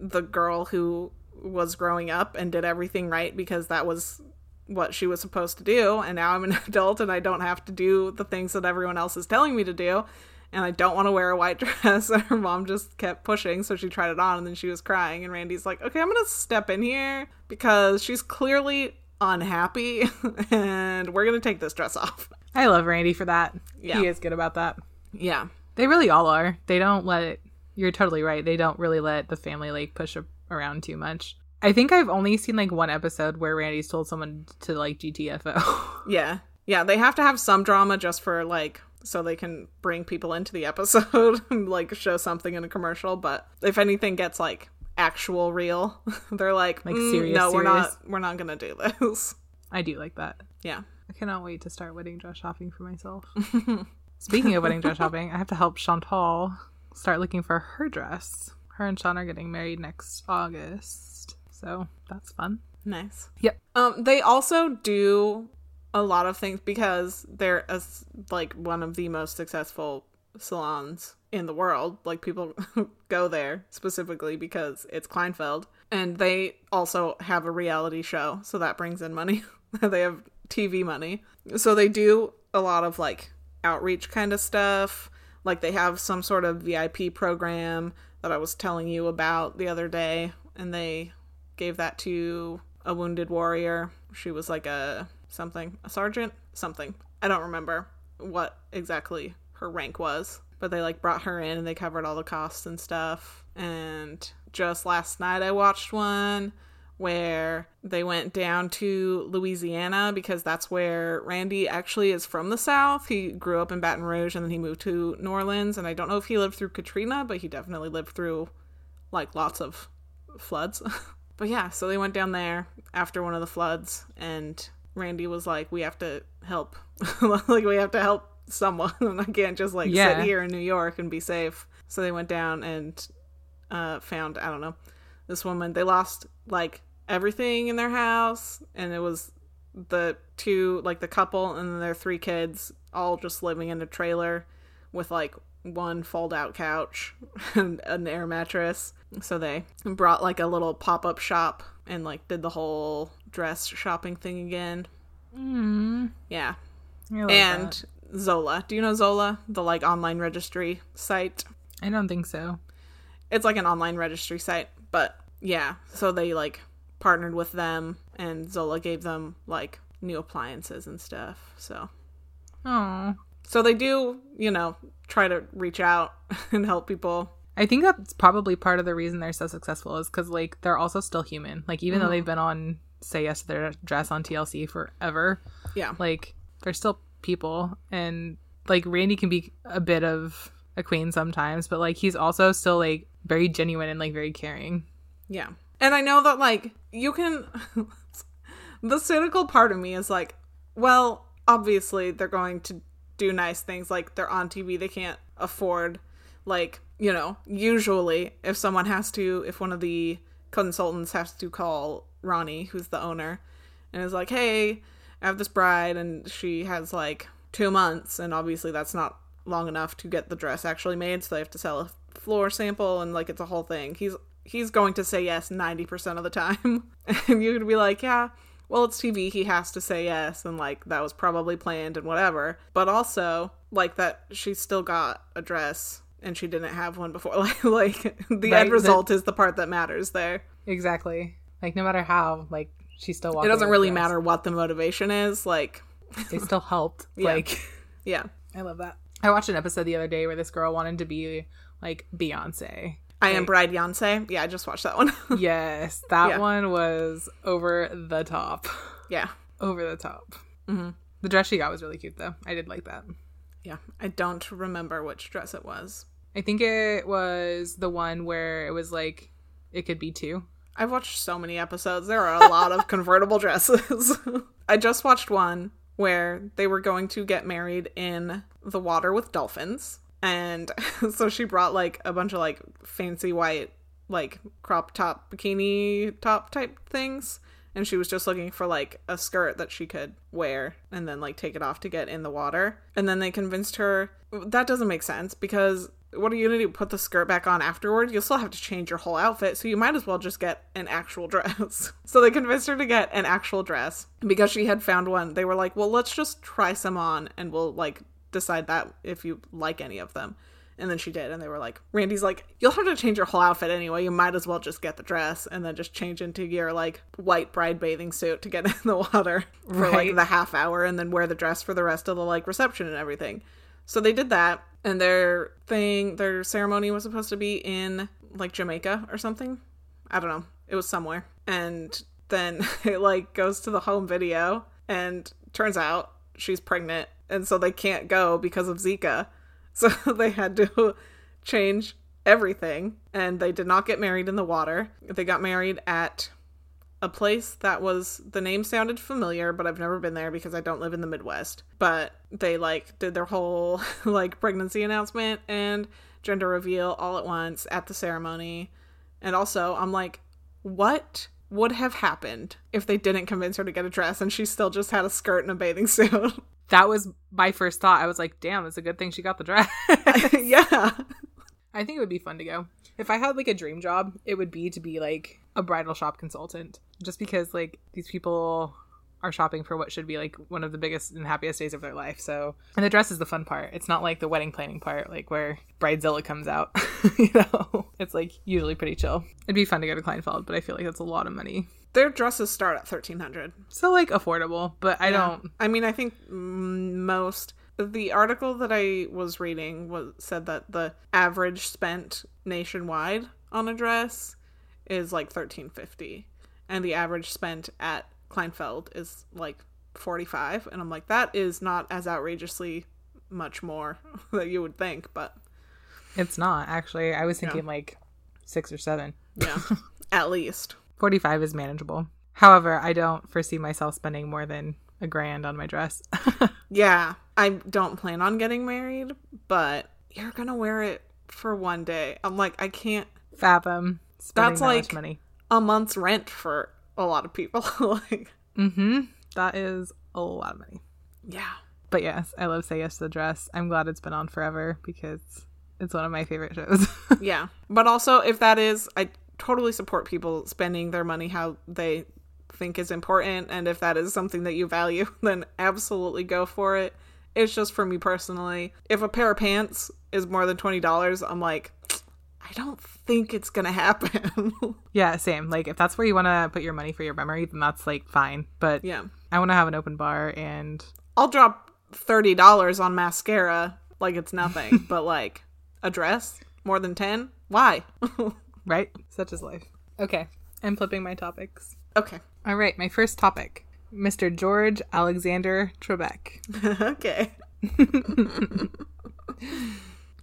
Speaker 1: the girl who was growing up and did everything right because that was what she was supposed to do and now I'm an adult and I don't have to do the things that everyone else is telling me to do and I don't want to wear a white dress and her mom just kept pushing so she tried it on and then she was crying and Randy's like okay I'm going to step in here because she's clearly unhappy and we're going to take this dress off.
Speaker 2: I love Randy for that.
Speaker 1: Yeah.
Speaker 2: He is good about that.
Speaker 1: Yeah.
Speaker 2: They really all are. They don't let you're totally right. They don't really let the family like push a- around too much. I think I've only seen like one episode where Randy's told someone to like GTFO.
Speaker 1: Yeah. Yeah, they have to have some drama just for like so they can bring people into the episode and like show something in a commercial, but if anything gets like actual real, they're like,
Speaker 2: Like,
Speaker 1: "Mm,
Speaker 2: serious,
Speaker 1: no, we're
Speaker 2: serious."
Speaker 1: not we're not going to do this.
Speaker 2: I do like that.
Speaker 1: yeah.
Speaker 2: I cannot wait to start wedding dress shopping for myself. Speaking of wedding dress shopping, I have to help Chantal start looking for her dress. Her and Sean are getting married next August. So that's fun.
Speaker 1: Nice.
Speaker 2: Yep.
Speaker 1: Um they also do a lot of things because they're as like one of the most successful salons in the world. Like people go there specifically because it's Kleinfeld and they also have a reality show, so that brings in money. they have TV money. So they do a lot of like outreach kind of stuff. Like they have some sort of VIP program that I was telling you about the other day and they gave that to a wounded warrior. She was like a something, a sergeant, something. I don't remember what exactly her rank was, but they like brought her in and they covered all the costs and stuff. And just last night I watched one where they went down to Louisiana because that's where Randy actually is from the South. He grew up in Baton Rouge and then he moved to New Orleans. And I don't know if he lived through Katrina, but he definitely lived through like lots of floods. but yeah, so they went down there after one of the floods and Randy was like, We have to help. like we have to help someone. I can't just like
Speaker 2: Yeah.
Speaker 1: sit here in New York and be safe. So they went down and uh found, I don't know, this woman. They lost like everything in their house and it was the two like the couple and their three kids all just living in a trailer with like one fold out couch and an air mattress. So they brought like a little pop up shop and like did the whole dress shopping thing again.
Speaker 2: Mm,
Speaker 1: Yeah.
Speaker 2: I love
Speaker 1: Mm-hmm. and
Speaker 2: that.
Speaker 1: Zola. Do you know Zola? The like online registry site.
Speaker 2: I don't think so.
Speaker 1: It's like an online registry site, but yeah. So they like partnered with them and Zola gave them like new appliances and stuff. So
Speaker 2: Oh,
Speaker 1: so they do, you know, try to reach out and help people.
Speaker 2: I think that's probably part of the reason they're so successful is because like they're also still human. Like even though they've been on Say Yes to Their Dress on TLC forever,
Speaker 1: Yeah.
Speaker 2: like they're still people, and like Randy can be a bit of a queen sometimes, but like he's also still like very genuine and like very caring.
Speaker 1: Yeah. And I know that, like, you can. the cynical part of me is like, well, obviously they're going to do nice things. Like, they're on TV, they can't afford, like, you know, usually if someone has to, if one of the consultants has to call Ronnie, who's the owner, and is like, hey, I have this bride, and she has like two months, and obviously that's not long enough to get the dress actually made, so they have to sell a floor sample, and like it's a whole thing. He's he's going to say yes ninety percent of the time, and you could be like, yeah, well it's TV, he has to say yes, and like that was probably planned and whatever, but also like that she still got a dress. And she didn't have one before. Like, like the
Speaker 2: Right,
Speaker 1: end
Speaker 2: the-
Speaker 1: result is the part that matters there.
Speaker 2: Exactly. Like no matter how, like she's still.
Speaker 1: It
Speaker 2: walking
Speaker 1: doesn't
Speaker 2: with
Speaker 1: really
Speaker 2: dress.
Speaker 1: matter what the motivation is. Like,
Speaker 2: They still helped.
Speaker 1: Yeah.
Speaker 2: Like
Speaker 1: yeah.
Speaker 2: I love that. I watched an episode the other day where this girl wanted to be like Beyonce.
Speaker 1: I am Bride Yonsei. Yeah, I just watched that one.
Speaker 2: Yes, that
Speaker 1: Yeah.
Speaker 2: one was over the top.
Speaker 1: yeah.
Speaker 2: Over the top. The dress she got was really cute, though. I did like that.
Speaker 1: Yeah. I don't remember which dress it was.
Speaker 2: I think it was the one where it was like, it could be two.
Speaker 1: I've watched so many episodes. There are a lot of convertible dresses. I just watched one where they were going to get married in the water with dolphins. And so she brought like a bunch of like fancy white like crop top bikini top type things and she was just looking for like a skirt that she could wear and then like take it off to get in the water and then they convinced her that doesn't make sense because what are you gonna do put the skirt back on afterward you'll still have to change your whole outfit so you might as well just get an actual dress so they convinced her to get an actual dress because she had found one they were like well let's just try some on and we'll like decide that if you like any of them and then she did, and they were like, Randy's like, you'll have to change your whole outfit anyway. You might as well just get the dress and then just change into your like white bride bathing suit to get in the water for like
Speaker 2: Right.
Speaker 1: the half hour and then wear the dress for the rest of the like reception and everything. So they did that, and their thing, their ceremony was supposed to be in like Jamaica or something. I don't know. It was somewhere. And then it like goes to the home video and turns out she's pregnant and so they can't go because of Zika. So they had to change everything and they did not get married in the water. They got married at a place that was the name sounded familiar, but I've never been there because I don't live in the Midwest. But they like did their whole like pregnancy announcement and gender reveal all at once at the ceremony. And also, I'm like, what would have happened if they didn't convince her to get a dress and she still just had a skirt and a bathing suit?
Speaker 2: That was my first thought. I was like, damn, it's a good thing she got the dress.
Speaker 1: yeah.
Speaker 2: I think it would be fun to go. If I had like a dream job, it would be to be like a bridal shop consultant. Just because like these people are shopping for what should be like one of the biggest and happiest days of their life. So, and the dress is the fun part. It's not like the wedding planning part, like where Bridezilla comes out. you know, it's like usually pretty chill. It'd be fun to go to Kleinfeld, but I feel like that's a lot of money.
Speaker 1: Their dresses start at 1300.
Speaker 2: So like affordable, but I don't.
Speaker 1: I mean, I think mm, most the article that I was reading was said that the average spent nationwide on a dress is like 1350 and the average spent at Kleinfeld is like 45 and I'm like that is not as outrageously much more that you would think, but
Speaker 2: It's not actually. I was thinking like six or seven.
Speaker 1: yeah, at least.
Speaker 2: 45 is manageable. However, I don't foresee myself spending more than a grand on my dress.
Speaker 1: Yeah, I don't plan on getting married, but you're going to wear it for one day. I'm like I can't
Speaker 2: Fathom um, spending
Speaker 1: That's
Speaker 2: that
Speaker 1: like-
Speaker 2: much money.
Speaker 1: a month's rent for a lot of people. like,
Speaker 2: Mm-hmm. That is a lot of money.
Speaker 1: yeah.
Speaker 2: But yes, I love Say Yes to the Dress. I'm glad it's been on forever because it's one of my favorite shows.
Speaker 1: Yeah. But also, if that is, I totally support people spending their money how they think is important. And if that is something that you value, then absolutely go for it. It's just for me personally. If a pair of pants is more than $20, I'm like, I don't think it's going to happen.
Speaker 2: yeah, same. Like if that's where you want to put your money for your memory, then that's like fine. But
Speaker 1: yeah.
Speaker 2: I want to have an open bar and
Speaker 1: I'll drop $30 on mascara like it's nothing, but like a dress more than 10? Why?
Speaker 2: right? Such is life. Okay. I'm flipping my topics.
Speaker 1: okay.
Speaker 2: All right, my first topic. Mr. George Alexander Trebek.
Speaker 1: okay.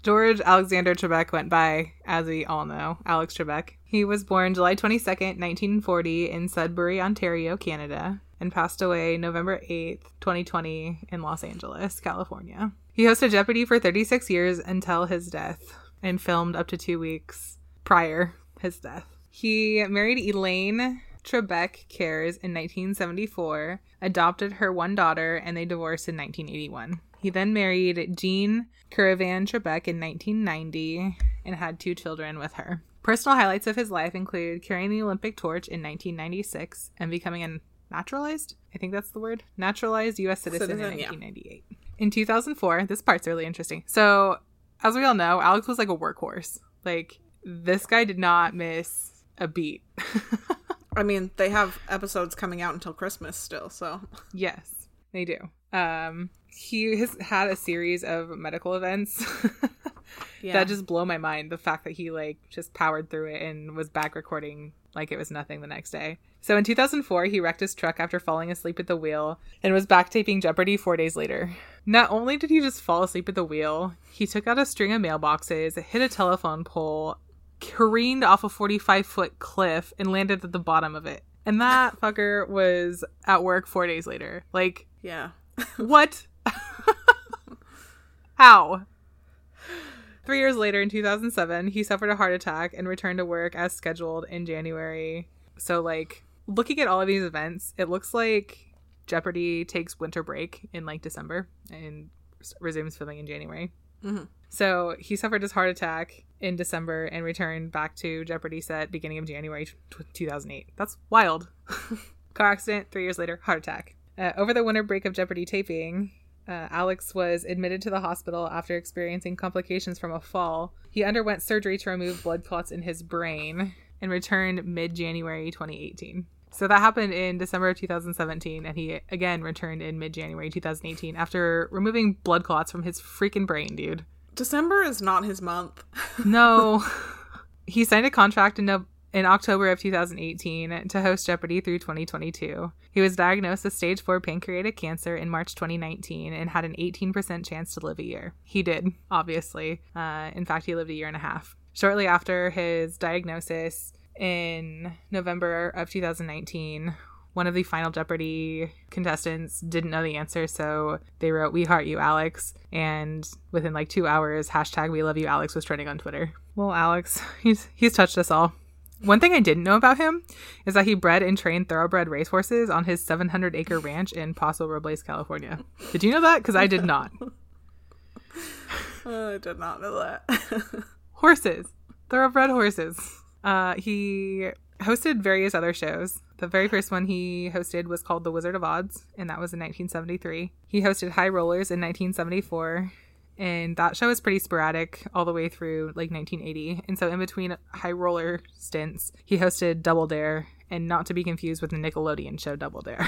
Speaker 2: George Alexander Trebek went by, as we all know, Alex Trebek. He was born July 22nd, 1940, in Sudbury, Ontario, Canada, and passed away November 8th, 2020, in Los Angeles, California. He hosted Jeopardy for 36 years until his death and filmed up to two weeks prior his death. He married Elaine Trebek Cares in 1974, adopted her one daughter, and they divorced in 1981. He then married Jean Caravan Trebek in 1990 and had two children with her. Personal highlights of his life include carrying the Olympic torch in 1996 and becoming a naturalized, I think that's the word, naturalized U.S. citizen,
Speaker 1: Citizen,
Speaker 2: in
Speaker 1: yeah.
Speaker 2: 1998. In 2004, this part's really interesting. So as we all know, Alex was like a workhorse. Like this guy did not miss a beat.
Speaker 1: I mean, they have episodes coming out until Christmas still, so
Speaker 2: yes, they do. Um, he has had a series of medical events
Speaker 1: yeah.
Speaker 2: that just blow my mind. The fact that he like just powered through it and was back recording like it was nothing the next day. So in 2004, he wrecked his truck after falling asleep at the wheel and was back taping Jeopardy four days later. Not only did he just fall asleep at the wheel, he took out a string of mailboxes, hit a telephone pole, careened off a 45 foot cliff and landed at the bottom of it. And that fucker was at work four days later. Like,
Speaker 1: yeah.
Speaker 2: what? How? Three years later, in 2007, he suffered a heart attack and returned to work as scheduled in January. So, like, looking at all of these events, it looks like Jeopardy takes winter break in like December and s- resumes filming in January.
Speaker 1: Mhm.
Speaker 2: So he suffered his heart attack in December and returned back to Jeopardy set beginning of January t- 2008. That's wild. Car accident, three years later, heart attack. Uh, over the winter break of Jeopardy taping, uh, Alex was admitted to the hospital after experiencing complications from a fall. He underwent surgery to remove blood clots in his brain and returned mid January 2018. So that happened in December of 2017, and he again returned in mid January 2018 after removing blood clots from his freaking brain, dude.
Speaker 1: December is not his month.
Speaker 2: No. he signed a contract in, Nov in October of 2018 to host Jeopardy through 2022. He was diagnosed with stage 4 pancreatic cancer in March 2019 and had an 18% chance to live a year. He did, obviously. Uh, in fact, he lived a year and a half. Shortly after his diagnosis in November of 2019, one of the final Jeopardy contestants didn't know the answer, so they wrote "We heart you, Alex," and within like two hours, hashtag "We love you, Alex" was trending on Twitter. Well, Alex, he's he's touched us all. One thing I didn't know about him is that he bred and trained thoroughbred racehorses on his 700 acre ranch in Paso Robles, California. Did you know that? Because I did not.
Speaker 1: Uh, I did not know that.
Speaker 2: horses, thoroughbred horses. Uh, he hosted various other shows. The very first one he hosted was called The Wizard of Odds, and that was in 1973. He hosted High Rollers in 1974, and that show was pretty sporadic all the way through like 1980. And so, in between High Roller stints, he hosted Double Dare, and not to be confused with the Nickelodeon show Double Dare.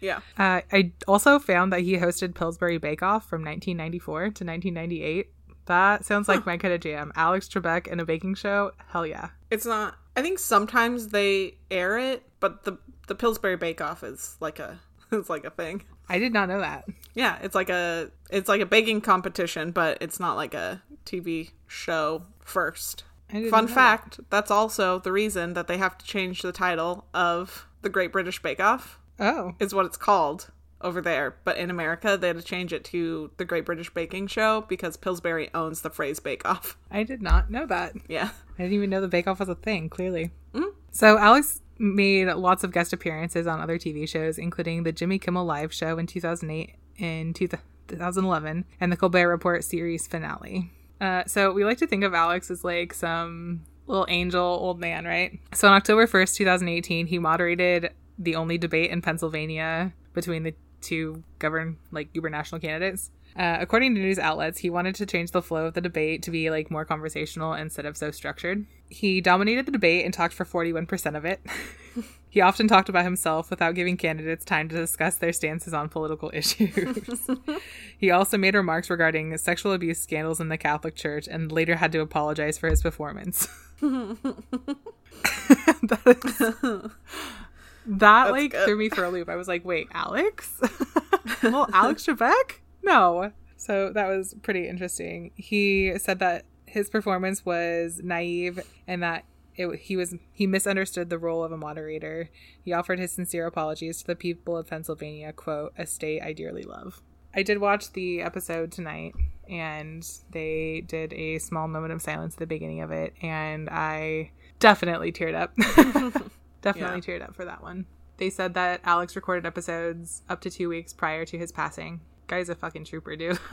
Speaker 1: yeah.
Speaker 2: Uh, I also found that he hosted Pillsbury Bake Off from 1994 to 1998. That sounds like my kind of jam. Alex Trebek and a baking show. Hell yeah.
Speaker 1: It's not I think sometimes they air it, but the the Pillsbury Bake Off is like a it's like a thing.
Speaker 2: I did not know that.
Speaker 1: Yeah, it's like a it's like a baking competition, but it's not like a TV show first.
Speaker 2: I didn't
Speaker 1: Fun
Speaker 2: know
Speaker 1: fact, that's also the reason that they have to change the title of The Great British Bake Off
Speaker 2: Oh,
Speaker 1: is what it's called over there, but in America they had to change it to The Great British Baking Show because Pillsbury owns the phrase bake off.
Speaker 2: I did not know that.
Speaker 1: Yeah.
Speaker 2: I didn't even know the Bake Off was a thing, clearly.
Speaker 1: Mm.
Speaker 2: So, Alex made lots of guest appearances on other TV shows, including The Jimmy Kimmel Live Show in 2008 and 2011, and The Colbert Report series finale. Uh, so, we like to think of Alex as like some little angel old man, right? So, on October 1st, 2018, he moderated the only debate in Pennsylvania between the to govern like gubernational candidates. Uh, according to news outlets, he wanted to change the flow of the debate to be like more conversational instead of so structured. He dominated the debate and talked for 41% of it. he often talked about himself without giving candidates time to discuss their stances on political issues. he also made remarks regarding sexual abuse scandals in the Catholic Church and later had to apologize for his performance. that is, that like
Speaker 1: good.
Speaker 2: threw me for a loop. I was like, wait, Alex? well, Alex Trebek? No. So that was pretty interesting. He said that his performance was naive and that it, he was he misunderstood the role of a moderator. He offered his sincere apologies to the people of Pennsylvania, quote, a state I dearly love. I did watch the episode tonight and they did a small moment of silence at the beginning of it and I definitely teared up. definitely teared up for that one. They said that Alex recorded episodes up to 2 weeks prior to his passing. Guy's a fucking trooper, dude.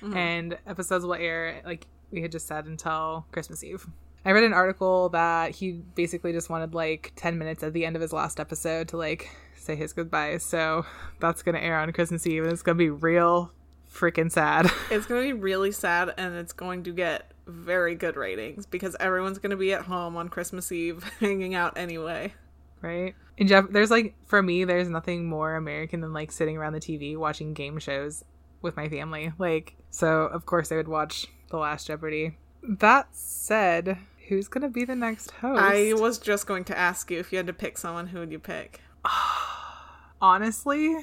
Speaker 1: Hmm.
Speaker 2: And episodes will air like we had just said until Christmas Eve. I read an article that he basically just wanted like 10 minutes at the end of his last episode to like say his goodbyes. So that's going to air on Christmas Eve and it's going to be real freaking sad.
Speaker 1: It's going to be really sad and it's going to get very good ratings because everyone's going to be at home on Christmas Eve hanging out anyway.
Speaker 2: right? And Jeff, there's like for me, there's nothing more American than like sitting around the TV watching game shows with my family. Like, so of course I would watch The Last Jeopardy. That said, who's gonna be the next host?
Speaker 1: I was just going to ask you if you had to pick someone, who would you pick?
Speaker 2: honestly,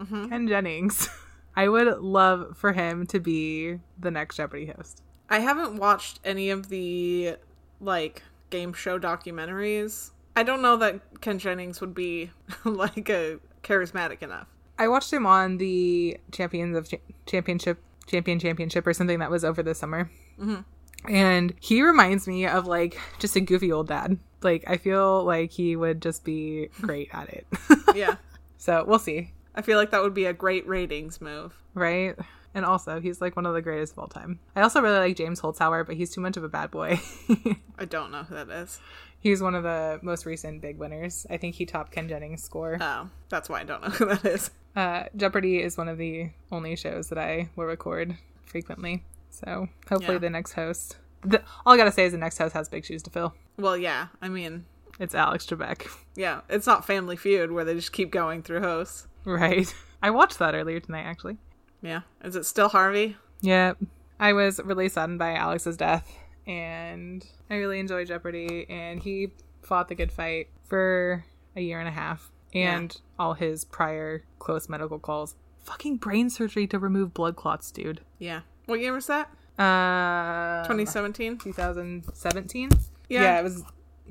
Speaker 1: Mhm.
Speaker 2: Ken Jennings. I would love for him to be the next Jeopardy host.
Speaker 1: I haven't watched any of the like game show documentaries. I don't know that Ken Jennings would be like a charismatic enough.
Speaker 2: I watched him on the Champions of Cha- Championship, Champion Championship, or something that was over the summer. And he reminds me of like just a goofy old dad. Like I feel like he would just be great at it.
Speaker 1: Yeah.
Speaker 2: so we'll see,
Speaker 1: I feel like that would be a great ratings move.
Speaker 2: right? And also, he's like one of the greatest of all time. I also really like James Holzhauer, but he's too much of a bad boy.
Speaker 1: I don't know who that is.
Speaker 2: he's one of the most recent big winners. I think he topped Ken Jennings' score.
Speaker 1: Oh, that's why I don't know who that is.
Speaker 2: Uh, Jeopardy is one of the only shows that I will record frequently. So hopefully,
Speaker 1: Yeah.
Speaker 2: the next host. The, all I gotta say is the next host has big shoes to fill.
Speaker 1: Well, yeah. I mean,
Speaker 2: It's Alex Trebek.
Speaker 1: yeah. It's not Family Feud where they just keep going through hosts.
Speaker 2: Right. I watched that earlier tonight, actually.
Speaker 1: Yeah. Is it still Harvey?
Speaker 2: Yeah. I was really saddened by Alex's death, and I really enjoyed Jeopardy, and he fought the good fight for a year and a half, and all his prior close medical calls. Fucking brain surgery to remove blood clots, dude.
Speaker 1: Yeah. What year was that?
Speaker 2: Uh,
Speaker 1: 2017.
Speaker 2: 2017?
Speaker 1: Yeah.
Speaker 2: it was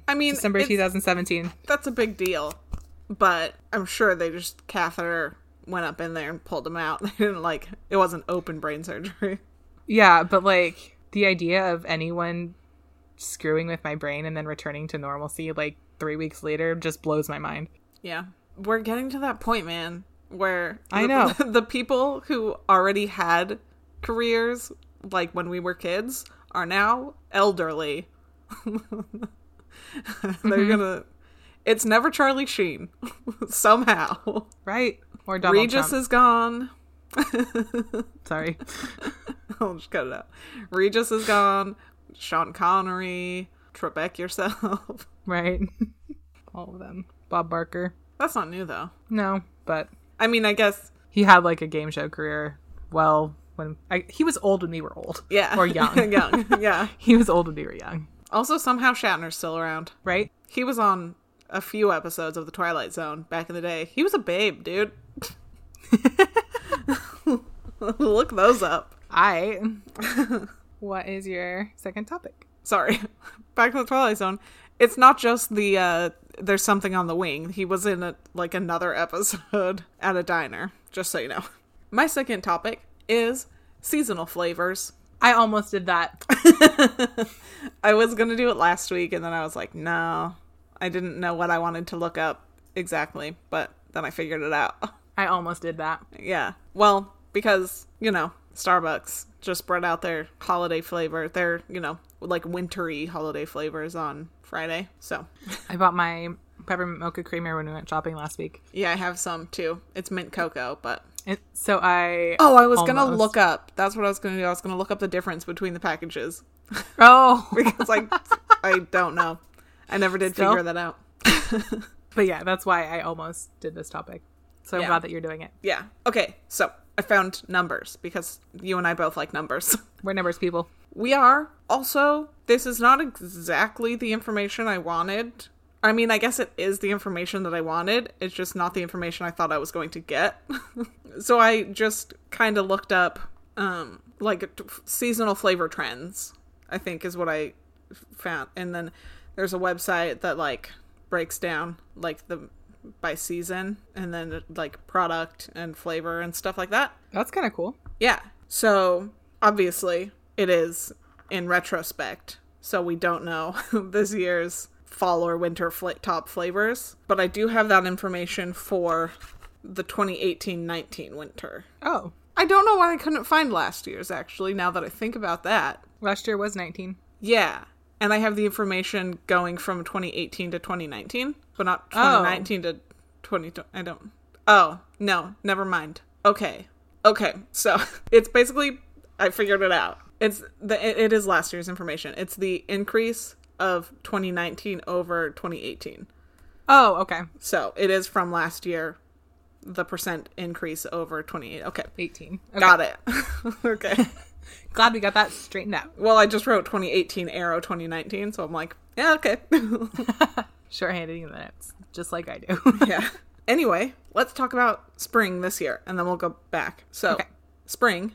Speaker 1: I mean,
Speaker 2: December
Speaker 1: it's-
Speaker 2: 2017.
Speaker 1: that's a big deal. But I'm sure they just catheter went up in there and pulled him out. They didn't like it wasn't open brain surgery.
Speaker 2: Yeah, but like the idea of anyone screwing with my brain and then returning to normalcy like three weeks later just blows my mind.
Speaker 1: Yeah. We're getting to that point, man, where
Speaker 2: I
Speaker 1: the-
Speaker 2: know.
Speaker 1: the people who already had careers like when we were kids are now elderly. They're
Speaker 2: Mm-hmm.
Speaker 1: going to It's never Charlie Sheen somehow.
Speaker 2: Right? Or Donald
Speaker 1: Regis
Speaker 2: Trump.
Speaker 1: is gone.
Speaker 2: Sorry.
Speaker 1: I'll just cut it out. Regis is gone. Sean Connery. Trebek yourself.
Speaker 2: Right. All of them. Bob Barker.
Speaker 1: That's not new though.
Speaker 2: No, but
Speaker 1: I mean, I guess
Speaker 2: he had like a game show career. Well, when I, he was old when we were old.
Speaker 1: yeah.
Speaker 2: Or young.
Speaker 1: young. Yeah.
Speaker 2: He was old when we were young.
Speaker 1: Also, somehow Shatner's still around.
Speaker 2: Right?
Speaker 1: He was on a few episodes of The Twilight Zone back in the day. He was a babe, dude. Look those up.
Speaker 2: I. what is your second topic?
Speaker 1: Sorry. Back to The Twilight Zone. It's not just the uh there's something on the wing. He was in a, like another episode at a diner, just so you know. My second topic is seasonal flavors.
Speaker 2: I almost did that.
Speaker 1: I was gonna do it last week, and then I was like, no, I didn't know what I wanted to look up exactly, but then I figured it out.
Speaker 2: I almost did that.
Speaker 1: yeah, well, because you know, Starbucks just brought out their holiday flavor, their you know, like wintry holiday flavors on Friday. So
Speaker 2: I bought my peppermint mocha creamer when we went shopping last week.
Speaker 1: yeah, I have some too. It's mint cocoa, but
Speaker 2: And so I
Speaker 1: oh, I was gonna
Speaker 2: Almost.
Speaker 1: look up. That's what I was gonna do. I was gonna look up the difference between the packages
Speaker 2: oh
Speaker 1: because I I don't know. I never did
Speaker 2: Still?
Speaker 1: figure that out.
Speaker 2: but yeah, that's why I almost did this topic. So I'm
Speaker 1: Yeah.
Speaker 2: glad that you're doing it.
Speaker 1: Yeah. Okay. So I found numbers because you and I both like numbers.
Speaker 2: We're numbers people.
Speaker 1: We are also, this is not exactly the information I wanted. I mean, I guess it is the information that I wanted. It's just not the information I thought I was going to get. so I just kind of looked up um like t- seasonal flavor trends, I think is what I f- found. And then there's a website that like breaks down like the by season and then like product and flavor and stuff like that.
Speaker 2: That's kind of cool.
Speaker 1: Yeah. So obviously it is in retrospect. So we don't know this year's fall or winter fla- top flavors, but I do have that information for the 2018-19 winter.
Speaker 2: Oh,
Speaker 1: I don't know why I couldn't find last year's actually now that I think about that.
Speaker 2: last year was 19.
Speaker 1: Yeah. And I have the information going from 2018 to 2019, but not
Speaker 2: Oh.
Speaker 1: 2019 to 20. I don't. Oh, no. Never mind. Okay. Okay. So it's basically, I figured it out. It's the, it- it is last year's information. It's the increase of 2019 over 2018.
Speaker 2: Oh, okay,
Speaker 1: So it is from last year, the percent increase over 28. Okay.
Speaker 2: 18. Okay.
Speaker 1: Got it. okay.
Speaker 2: Glad we got that straightened out.
Speaker 1: Well, I just wrote 2018 arrow 2019, so I'm like, yeah, okay.
Speaker 2: Shorthanded in the minutes, just like I do.
Speaker 1: yeah. Anyway, let's talk about spring this year and then we'll go back. So,
Speaker 2: Okay.
Speaker 1: spring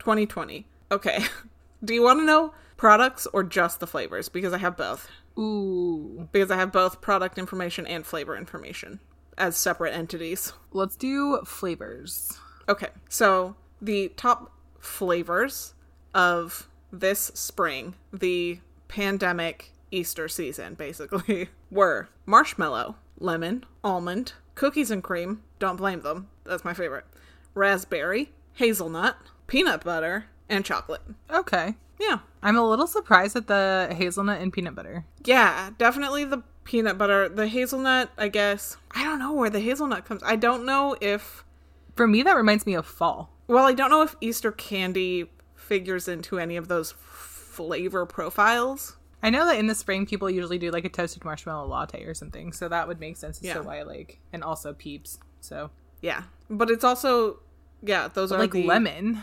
Speaker 1: 2020. Okay. Do you want to know products or just the flavors? Because I have both.
Speaker 2: Ooh,
Speaker 1: Because I have both product information and flavor information as separate entities.
Speaker 2: let's do flavors.
Speaker 1: Okay. So, the top flavors of this spring, the pandemic Easter season, basically, were marshmallow, lemon, almond, cookies and cream. Don't blame them. That's my favorite. Raspberry, hazelnut, peanut butter, and chocolate.
Speaker 2: Okay.
Speaker 1: Yeah.
Speaker 2: I'm a little surprised at the hazelnut and peanut butter.
Speaker 1: Yeah, definitely the peanut butter. The hazelnut, I guess. I don't know where the hazelnut comes. I don't know if.
Speaker 2: For me, that reminds me of fall.
Speaker 1: Well, I don't know if Easter candy figures into any of those flavor profiles.
Speaker 2: I know that in the spring, people usually do like a toasted marshmallow latte or something, so that would make sense as
Speaker 1: Yeah.
Speaker 2: to why, like, and also peeps. So,
Speaker 1: Yeah, but it's also yeah, those are
Speaker 2: like,
Speaker 1: Oh, the-
Speaker 2: lemon.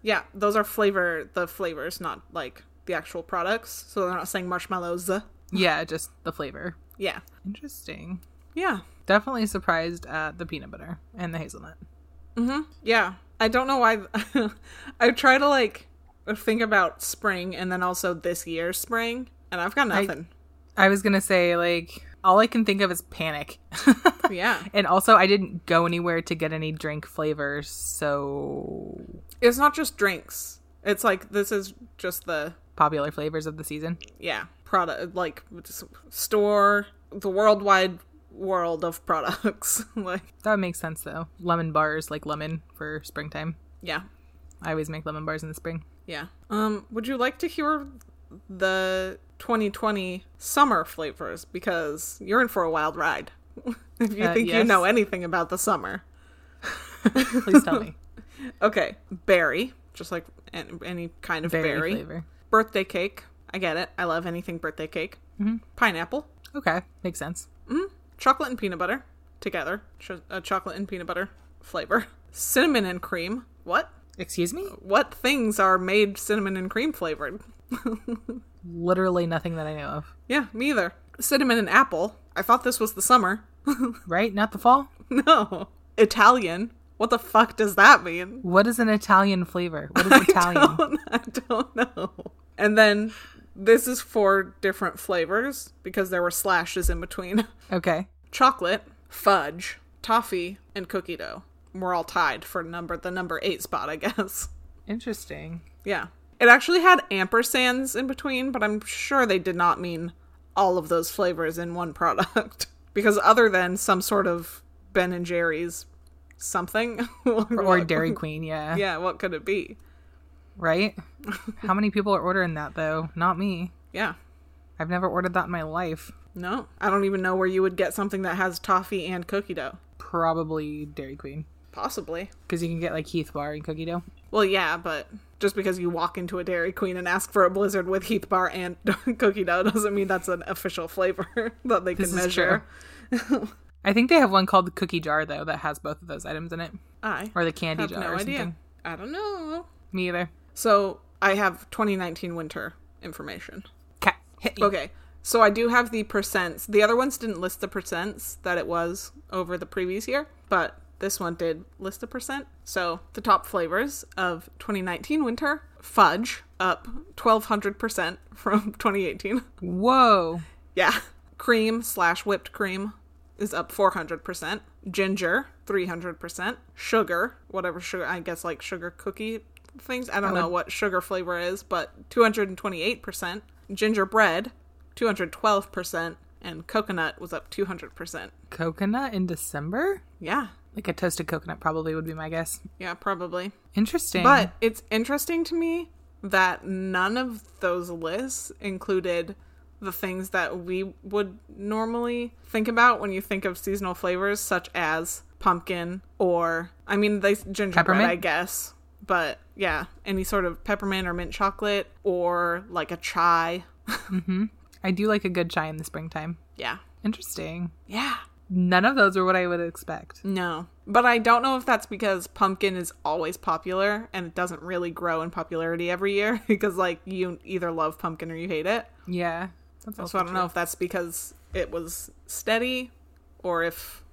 Speaker 1: Yeah, those are flavor the flavors, not like the actual products. So they're not saying marshmallows.
Speaker 2: Yeah, just the flavor.
Speaker 1: Yeah,
Speaker 2: Interesting.
Speaker 1: yeah,
Speaker 2: Definitely surprised at the peanut butter and the hazelnut.
Speaker 1: yeah. I don't know why. I try to like think about spring and then also this year's spring, and I've got nothing.
Speaker 2: I was gonna say, like, all I can think of is panic.
Speaker 1: Yeah,
Speaker 2: and also, I didn't go anywhere to get any drink flavors, so
Speaker 1: it's not just drinks. It's like this is just the
Speaker 2: popular flavors of the season.
Speaker 1: yeah product like s- store the worldwide world of products. like
Speaker 2: That makes sense, though. Lemon bars, like lemon for springtime.
Speaker 1: yeah,
Speaker 2: I always make lemon bars in the spring.
Speaker 1: Yeah. Um, would you like to hear the 2020 summer flavors? Because you're in for a wild ride. if you
Speaker 2: Uh,
Speaker 1: think you
Speaker 2: yes.
Speaker 1: know anything about the summer.
Speaker 2: Please tell me.
Speaker 1: Okay. Berry, just like an- any kind of berry.
Speaker 2: Berry flavor.
Speaker 1: Birthday cake. I get it. I love anything birthday cake.
Speaker 2: Mm-hmm.
Speaker 1: Pineapple.
Speaker 2: Okay, makes sense.
Speaker 1: Chocolate and peanut butter together. Ch- uh, chocolate and peanut butter flavor. Cinnamon and cream. What?
Speaker 2: Excuse me?
Speaker 1: What things are made cinnamon and cream flavored?
Speaker 2: Literally nothing that I know of.
Speaker 1: Yeah, me either. Cinnamon and apple. I thought this was the summer.
Speaker 2: Right? Not the fall?
Speaker 1: No. Italian? What the fuck does that mean?
Speaker 2: What is an Italian flavor? What is Italian?
Speaker 1: I don't know. And then this is four different flavors because there were slashes in between
Speaker 2: Okay.
Speaker 1: chocolate, fudge, toffee, and cookie dough. We're all tied for number the number eight spot, I guess.
Speaker 2: Interesting.
Speaker 1: Yeah. It actually had ampersands in between, but I'm sure they did not mean all of those flavors in one product. because other than some sort of Ben and Jerry's something
Speaker 2: Or Dairy Queen, yeah.
Speaker 1: Yeah, what could it be?
Speaker 2: Right? How many people are ordering that though? Not me.
Speaker 1: Yeah.
Speaker 2: I've never ordered that in my life.
Speaker 1: No. I don't even know where you would get something that has toffee and cookie dough.
Speaker 2: Probably Dairy Queen.
Speaker 1: Possibly.
Speaker 2: Because you can get like Heath Bar and cookie dough.
Speaker 1: Well, yeah, but just because you walk into a Dairy Queen and ask for a blizzard with Heath Bar and cookie dough doesn't mean that's an official flavor that they
Speaker 2: This
Speaker 1: can
Speaker 2: is
Speaker 1: measure.
Speaker 2: true. I think they have one called the cookie jar though that has both of those items in it.
Speaker 1: I
Speaker 2: Or the candy
Speaker 1: have
Speaker 2: jar
Speaker 1: no
Speaker 2: or
Speaker 1: idea.
Speaker 2: something.
Speaker 1: I don't know.
Speaker 2: Me either.
Speaker 1: So I have 2019 winter information.
Speaker 2: Cat hit me.
Speaker 1: Okay. So I do have the percents. The other ones didn't list the percents that it was over the previous year, but this one did list the percent. So the top flavors of 2019 winter fudge up 1200% from 2018.
Speaker 2: Whoa.
Speaker 1: Yeah. Cream slash whipped cream is up 400%. Ginger, 300%. Sugar, whatever sugar, I guess like sugar cookie things. I don't know what sugar flavor is, but 228%. Gingerbread, 212%. And coconut was up 200%.
Speaker 2: Coconut in December?
Speaker 1: Yeah.
Speaker 2: Like a toasted coconut probably would be my guess.
Speaker 1: Yeah, probably.
Speaker 2: Interesting.
Speaker 1: But it's interesting to me that none of those lists included the things that we would normally think about when you think of seasonal flavors, such as pumpkin or, I mean, they gingerbread,
Speaker 2: Peppermint?
Speaker 1: I guess. But yeah, any sort of peppermint or mint chocolate or like a chai.
Speaker 2: I do like a good chai in the springtime.
Speaker 1: Yeah.
Speaker 2: Interesting.
Speaker 1: Yeah.
Speaker 2: None of those are what I would expect.
Speaker 1: No. But I don't know if that's because pumpkin is always popular and it doesn't really grow in popularity every year because, like, you either love pumpkin or you hate it.
Speaker 2: Yeah. That's
Speaker 1: So I don't know if that's because it was steady or if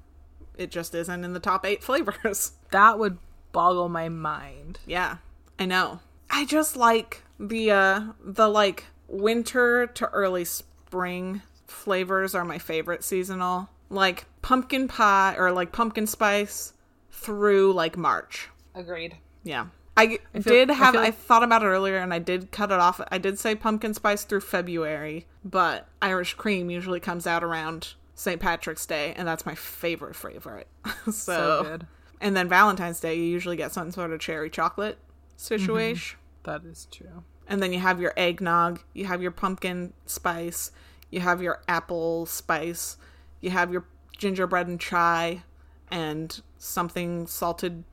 Speaker 1: it just isn't in the top eight flavors.
Speaker 2: That would boggle my mind.
Speaker 1: yeah, I know. I just like the uh the like winter to early spring flavors are my favorite seasonal. Like pumpkin pie or like pumpkin spice through like March.
Speaker 2: Agreed.
Speaker 1: Yeah. I,
Speaker 2: feel-
Speaker 1: did
Speaker 2: I
Speaker 1: have I,
Speaker 2: feel-
Speaker 1: thought about it earlier and I did cut it off. I did say pumpkin spice through February, but Irish cream usually comes out around St. Patrick's Day, and that's my favorite favorite. so,
Speaker 2: So good.
Speaker 1: and then Valentine's Day, you usually get some sort of cherry chocolate situation.
Speaker 2: That is true.
Speaker 1: And then you have your eggnog, you have your pumpkin spice, you have your apple spice, you have your gingerbread and chai, and something salted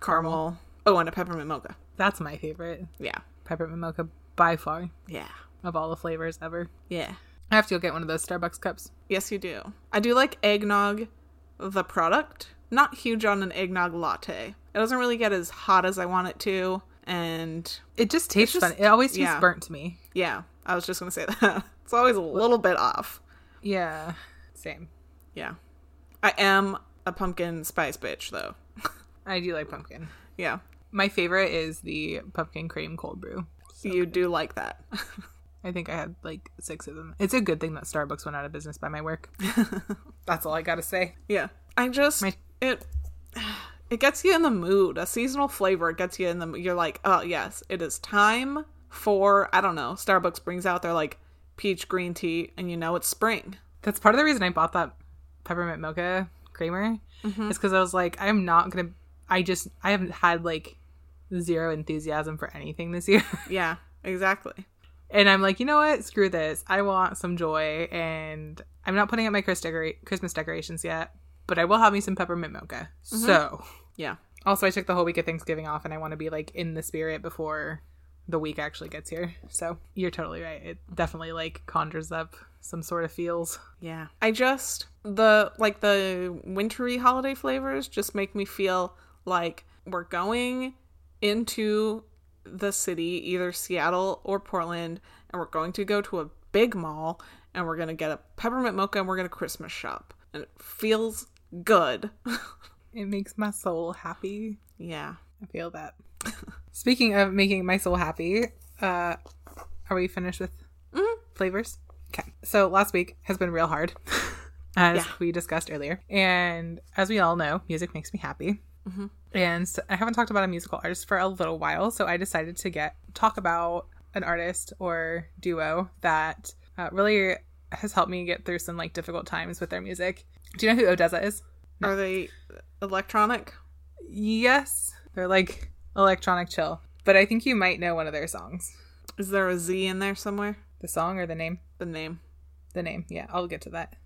Speaker 1: caramel. Oh, and a peppermint mocha.
Speaker 2: That's my favorite.
Speaker 1: Yeah.
Speaker 2: Peppermint mocha by far
Speaker 1: Yeah.
Speaker 2: of all the flavors ever.
Speaker 1: Yeah.
Speaker 2: I have to go get one of those Starbucks cups.
Speaker 1: Yes, you do. I do like eggnog, the product. Not huge on an eggnog latte. It doesn't really get as hot as I want it to. And
Speaker 2: It just tastes
Speaker 1: just-
Speaker 2: funny. It always tastes
Speaker 1: yeah.
Speaker 2: burnt to me.
Speaker 1: yeah, I was just going to say that. it's always a little bit off.
Speaker 2: Yeah. Same.
Speaker 1: Yeah. I am a pumpkin spice bitch, though.
Speaker 2: I do like pumpkin.
Speaker 1: Yeah.
Speaker 2: My favorite is the pumpkin cream cold brew.
Speaker 1: you do like that.
Speaker 2: I think I had like six of them. It's a good thing that Starbucks went out of business by my work. That's all I gotta say.
Speaker 1: yeah. I just,
Speaker 2: My-
Speaker 1: it. It gets you in the mood. A seasonal flavor gets you in the. You're like, oh yes, it is time for I don't know. Starbucks brings out their like peach green tea, and you know it's spring.
Speaker 2: That's part of the reason I bought that peppermint mocha creamer. Is because I was like, I'm not gonna. I just I haven't had like zero enthusiasm for anything this year,
Speaker 1: Yeah, exactly.
Speaker 2: and I'm like, you know what? Screw this. I want some joy, and I'm not putting up my Chris decora- Christmas decorations yet, but I will have me some peppermint mocha. So
Speaker 1: Yeah,
Speaker 2: also, I took the whole week of Thanksgiving off, and I want to be like in the spirit before the week actually gets here. So you're totally right. It definitely like conjures up some sort of feels.
Speaker 1: yeah. I just the like the wintry holiday flavors just make me feel like we're going into the city, either Seattle or Portland, and we're going to go to a big mall and we're gonna get a peppermint mocha and we're gonna Christmas shop, and it feels good.
Speaker 2: It makes my soul happy.
Speaker 1: yeah.
Speaker 2: I feel that. Speaking of making my soul happy, uh, are we finished with flavors? Okay. So last week has been real hard, as
Speaker 1: Yeah.
Speaker 2: we discussed earlier. And as we all know, music makes me happy. And so I haven't talked about a musical artist for a little while, so I decided to get talk about an artist or duo that uh, really has helped me get through some like difficult times with their music. Do you know who Odessa is?
Speaker 1: Are they electronic?
Speaker 2: Yes, they're like electronic chill. But I think you might know one of their songs.
Speaker 1: Is there a Z in there somewhere?
Speaker 2: The song or the name?
Speaker 1: The name.
Speaker 2: The name. Yeah, I'll get to that.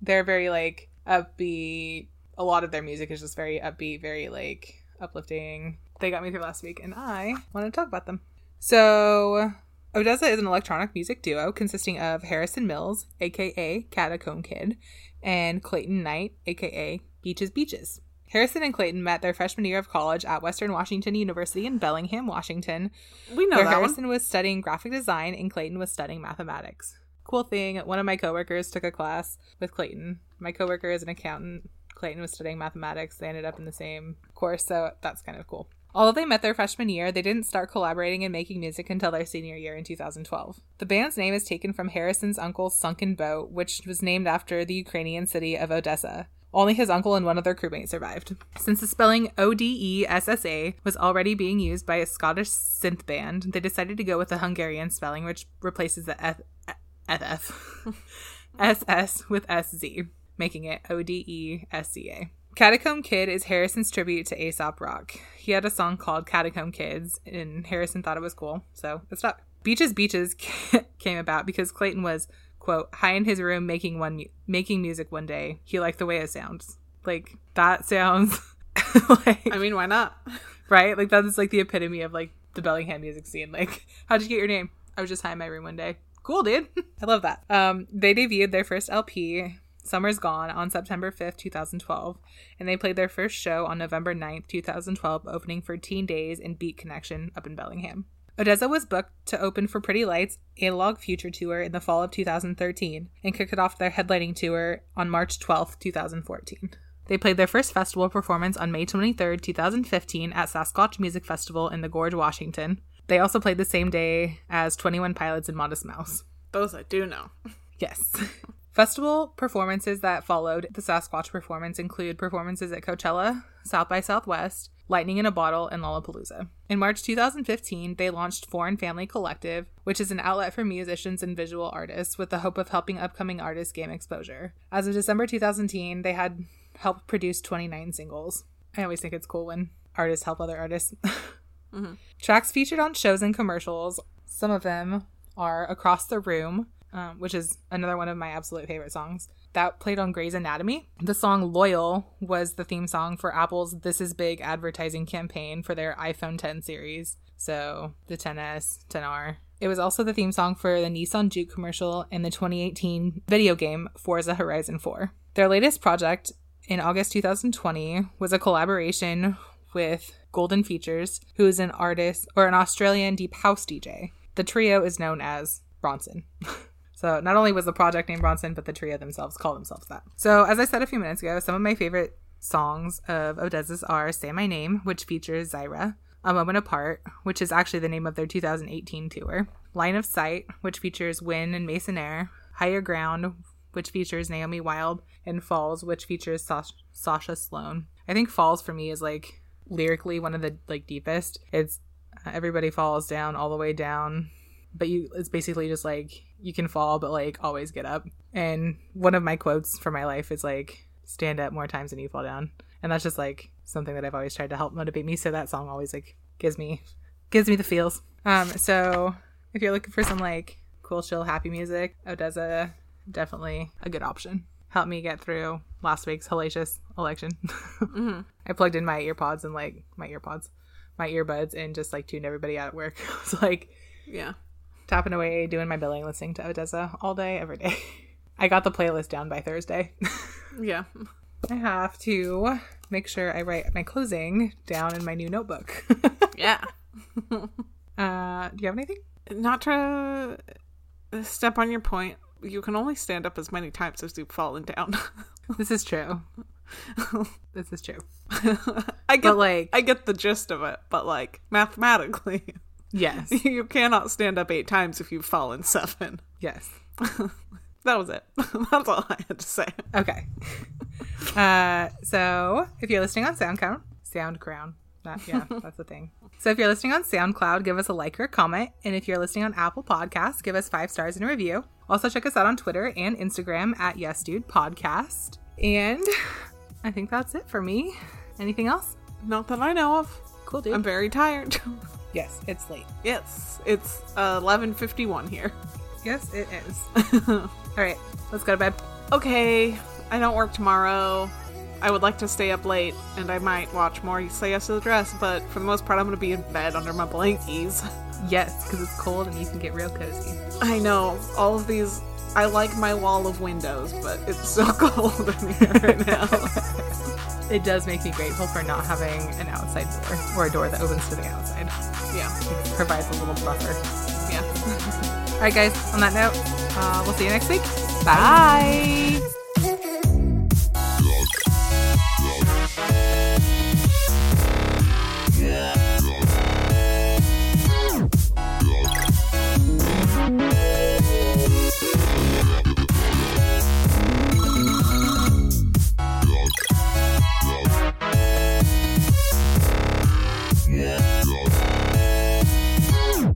Speaker 2: They're very like upbeat. A lot of their music is just very upbeat, very like uplifting. They got me through last week and I want to talk about them. So, Odessa is an electronic music duo consisting of Harrison Mills, aka Catacomb Kid, and Clayton Knight, aka Beaches Beaches. Harrison and Clayton met their freshman year of college at Western Washington University in Bellingham, Washington,
Speaker 1: We know
Speaker 2: where
Speaker 1: that one.
Speaker 2: Harrison was studying graphic design and Clayton was studying mathematics. Cool thing, one of my coworkers took a class with Clayton. My coworker is an accountant. Clayton was studying mathematics. They ended up in the same course, so that's kind of cool. Although they met their freshman year, they didn't start collaborating and making music until their senior year in 2012. The band's name is taken from Harrison's uncle's sunken boat, which was named after the Ukrainian city of Odessa. Only his uncle and one other crewmate survived. Since the spelling O D E S S A was already being used by a Scottish synth band, they decided to go with the Hungarian spelling, which replaces the F- FF SS with SZ, making it O D E S C A. Catacomb Kid is Harrison's tribute to Aesop Rock. He had a song called Catacomb Kids, and Harrison thought it was cool, so it stuck. Beaches Beaches came about because Clayton was quote high in his room making one mu- making music one day. He liked the way it sounds. Like that sounds like
Speaker 1: I mean, why not?
Speaker 2: right? Like that is like the epitome of like the Bellingham music scene. Like, how'd you get your name? I was just high in my room one day. Cool, dude. I love that. Um, they debuted their first LP, Summer's Gone, on September 5th, 2012, and they played their first show on November 9th, 2012, opening for Teen Days and Beat Connection up in Bellingham. Odessa was booked to open for Pretty Lights Analog Future Tour in the fall of 2013 and kicked it off their headlining tour on March 12th, 2014. They played their first festival performance on May 23rd, 2015 at Sasquatch Music Festival in the Gorge, Washington. They also played the same day as 21 Pilots and Modest Mouse.
Speaker 1: Those I do know.
Speaker 2: Yes. Festival performances that followed the Sasquatch performance include performances at Coachella, South by Southwest, Lightning in a Bottle, and Lollapalooza. In March 2015, they launched Foreign Family Collective, which is an outlet for musicians and visual artists with the hope of helping upcoming artists gain exposure. As of December 2010, they had helped produce 29 singles. I always think it's cool when artists help other artists. Tracks featured on shows and commercials, some of them are Across the Room, um, which is another one of my absolute favorite songs. That played on Grey's Anatomy. The song Loyal was the theme song for Apple's This Is Big advertising campaign for their iPhone 10 series. So the 10S, 10R. It was also the theme song for the Nissan Juke commercial and the 2018 video game Forza Horizon 4. Their latest project in August 2020 was a collaboration with Golden Features, who is an artist or an Australian deep house DJ. The trio is known as Bronson. so not only was the project named Bronson, but the trio themselves call themselves that. So as I said a few minutes ago, some of my favorite songs of Odessa's are Say My Name, which features Zyra, A Moment Apart, which is actually the name of their 2018 tour, Line of Sight, which features Wynn and Mason Air, Higher Ground, which features Naomi Wild, and Falls, which features Sasha, Sasha Sloan. I think Falls for me is like lyrically one of the like deepest. It's uh, everybody falls down all the way down, but you it's basically just like you can fall, but like always get up. And one of my quotes for my life is like stand up more times than you fall down, and that's just like something that I've always tried to help motivate me. So that song always like gives me gives me the feels. Um, so if you're looking for some like cool, chill, happy music, Odessa definitely a good option. Helped me get through last week's hellacious election. I plugged in my earpods and like my earpods, my earbuds, and just like tuned everybody out at work. I was like
Speaker 1: Yeah.
Speaker 2: tapping away, doing my billing, listening to Odessa all day, every day. I got the playlist down by Thursday.
Speaker 1: Yeah.
Speaker 2: I have to make sure I write my closing down in my new notebook.
Speaker 1: Yeah.
Speaker 2: uh, do you have anything?
Speaker 1: Not to step on your point, you can only stand up as many times as you've fallen down.
Speaker 2: This is true. this is true.
Speaker 1: I get
Speaker 2: But like,
Speaker 1: I get the gist of it, but like mathematically,
Speaker 2: yes,
Speaker 1: you cannot stand up eight times if you've fallen seven.
Speaker 2: yes.
Speaker 1: That was it. That's all I had to say.
Speaker 2: Okay. Uh, so if you're listening on SoundCloud, SoundCrown, that, yeah, that's the thing. So if you're listening on SoundCloud, give us a like or a comment, and if you're listening on Apple Podcasts, give us five stars and a review. Also check us out on Twitter and Instagram at Yes Dude Podcast. And I think that's it for me. Anything else?
Speaker 1: Not that I know of.
Speaker 2: Cool, dude.
Speaker 1: I'm very tired.
Speaker 2: yes, it's late.
Speaker 1: yes, it's uh, 11:51 here.
Speaker 2: Yes, it is. All right, let's go to bed.
Speaker 1: Okay, I don't work tomorrow. I would like to stay up late, and I might watch more You Say Yes to the Dress, but for the most part, I'm going to be in bed under my blankies.
Speaker 2: Yes, because it's cold and you can get real cozy.
Speaker 1: I know, all of these. I like my wall of windows, but it's so cold in here right now.
Speaker 2: It does make me grateful for not having an outside door or a door that opens to the outside.
Speaker 1: yeah,
Speaker 2: It provides a little buffer.
Speaker 1: yeah.
Speaker 2: All right, guys, on that note, uh, we'll see you next week.
Speaker 1: Bye.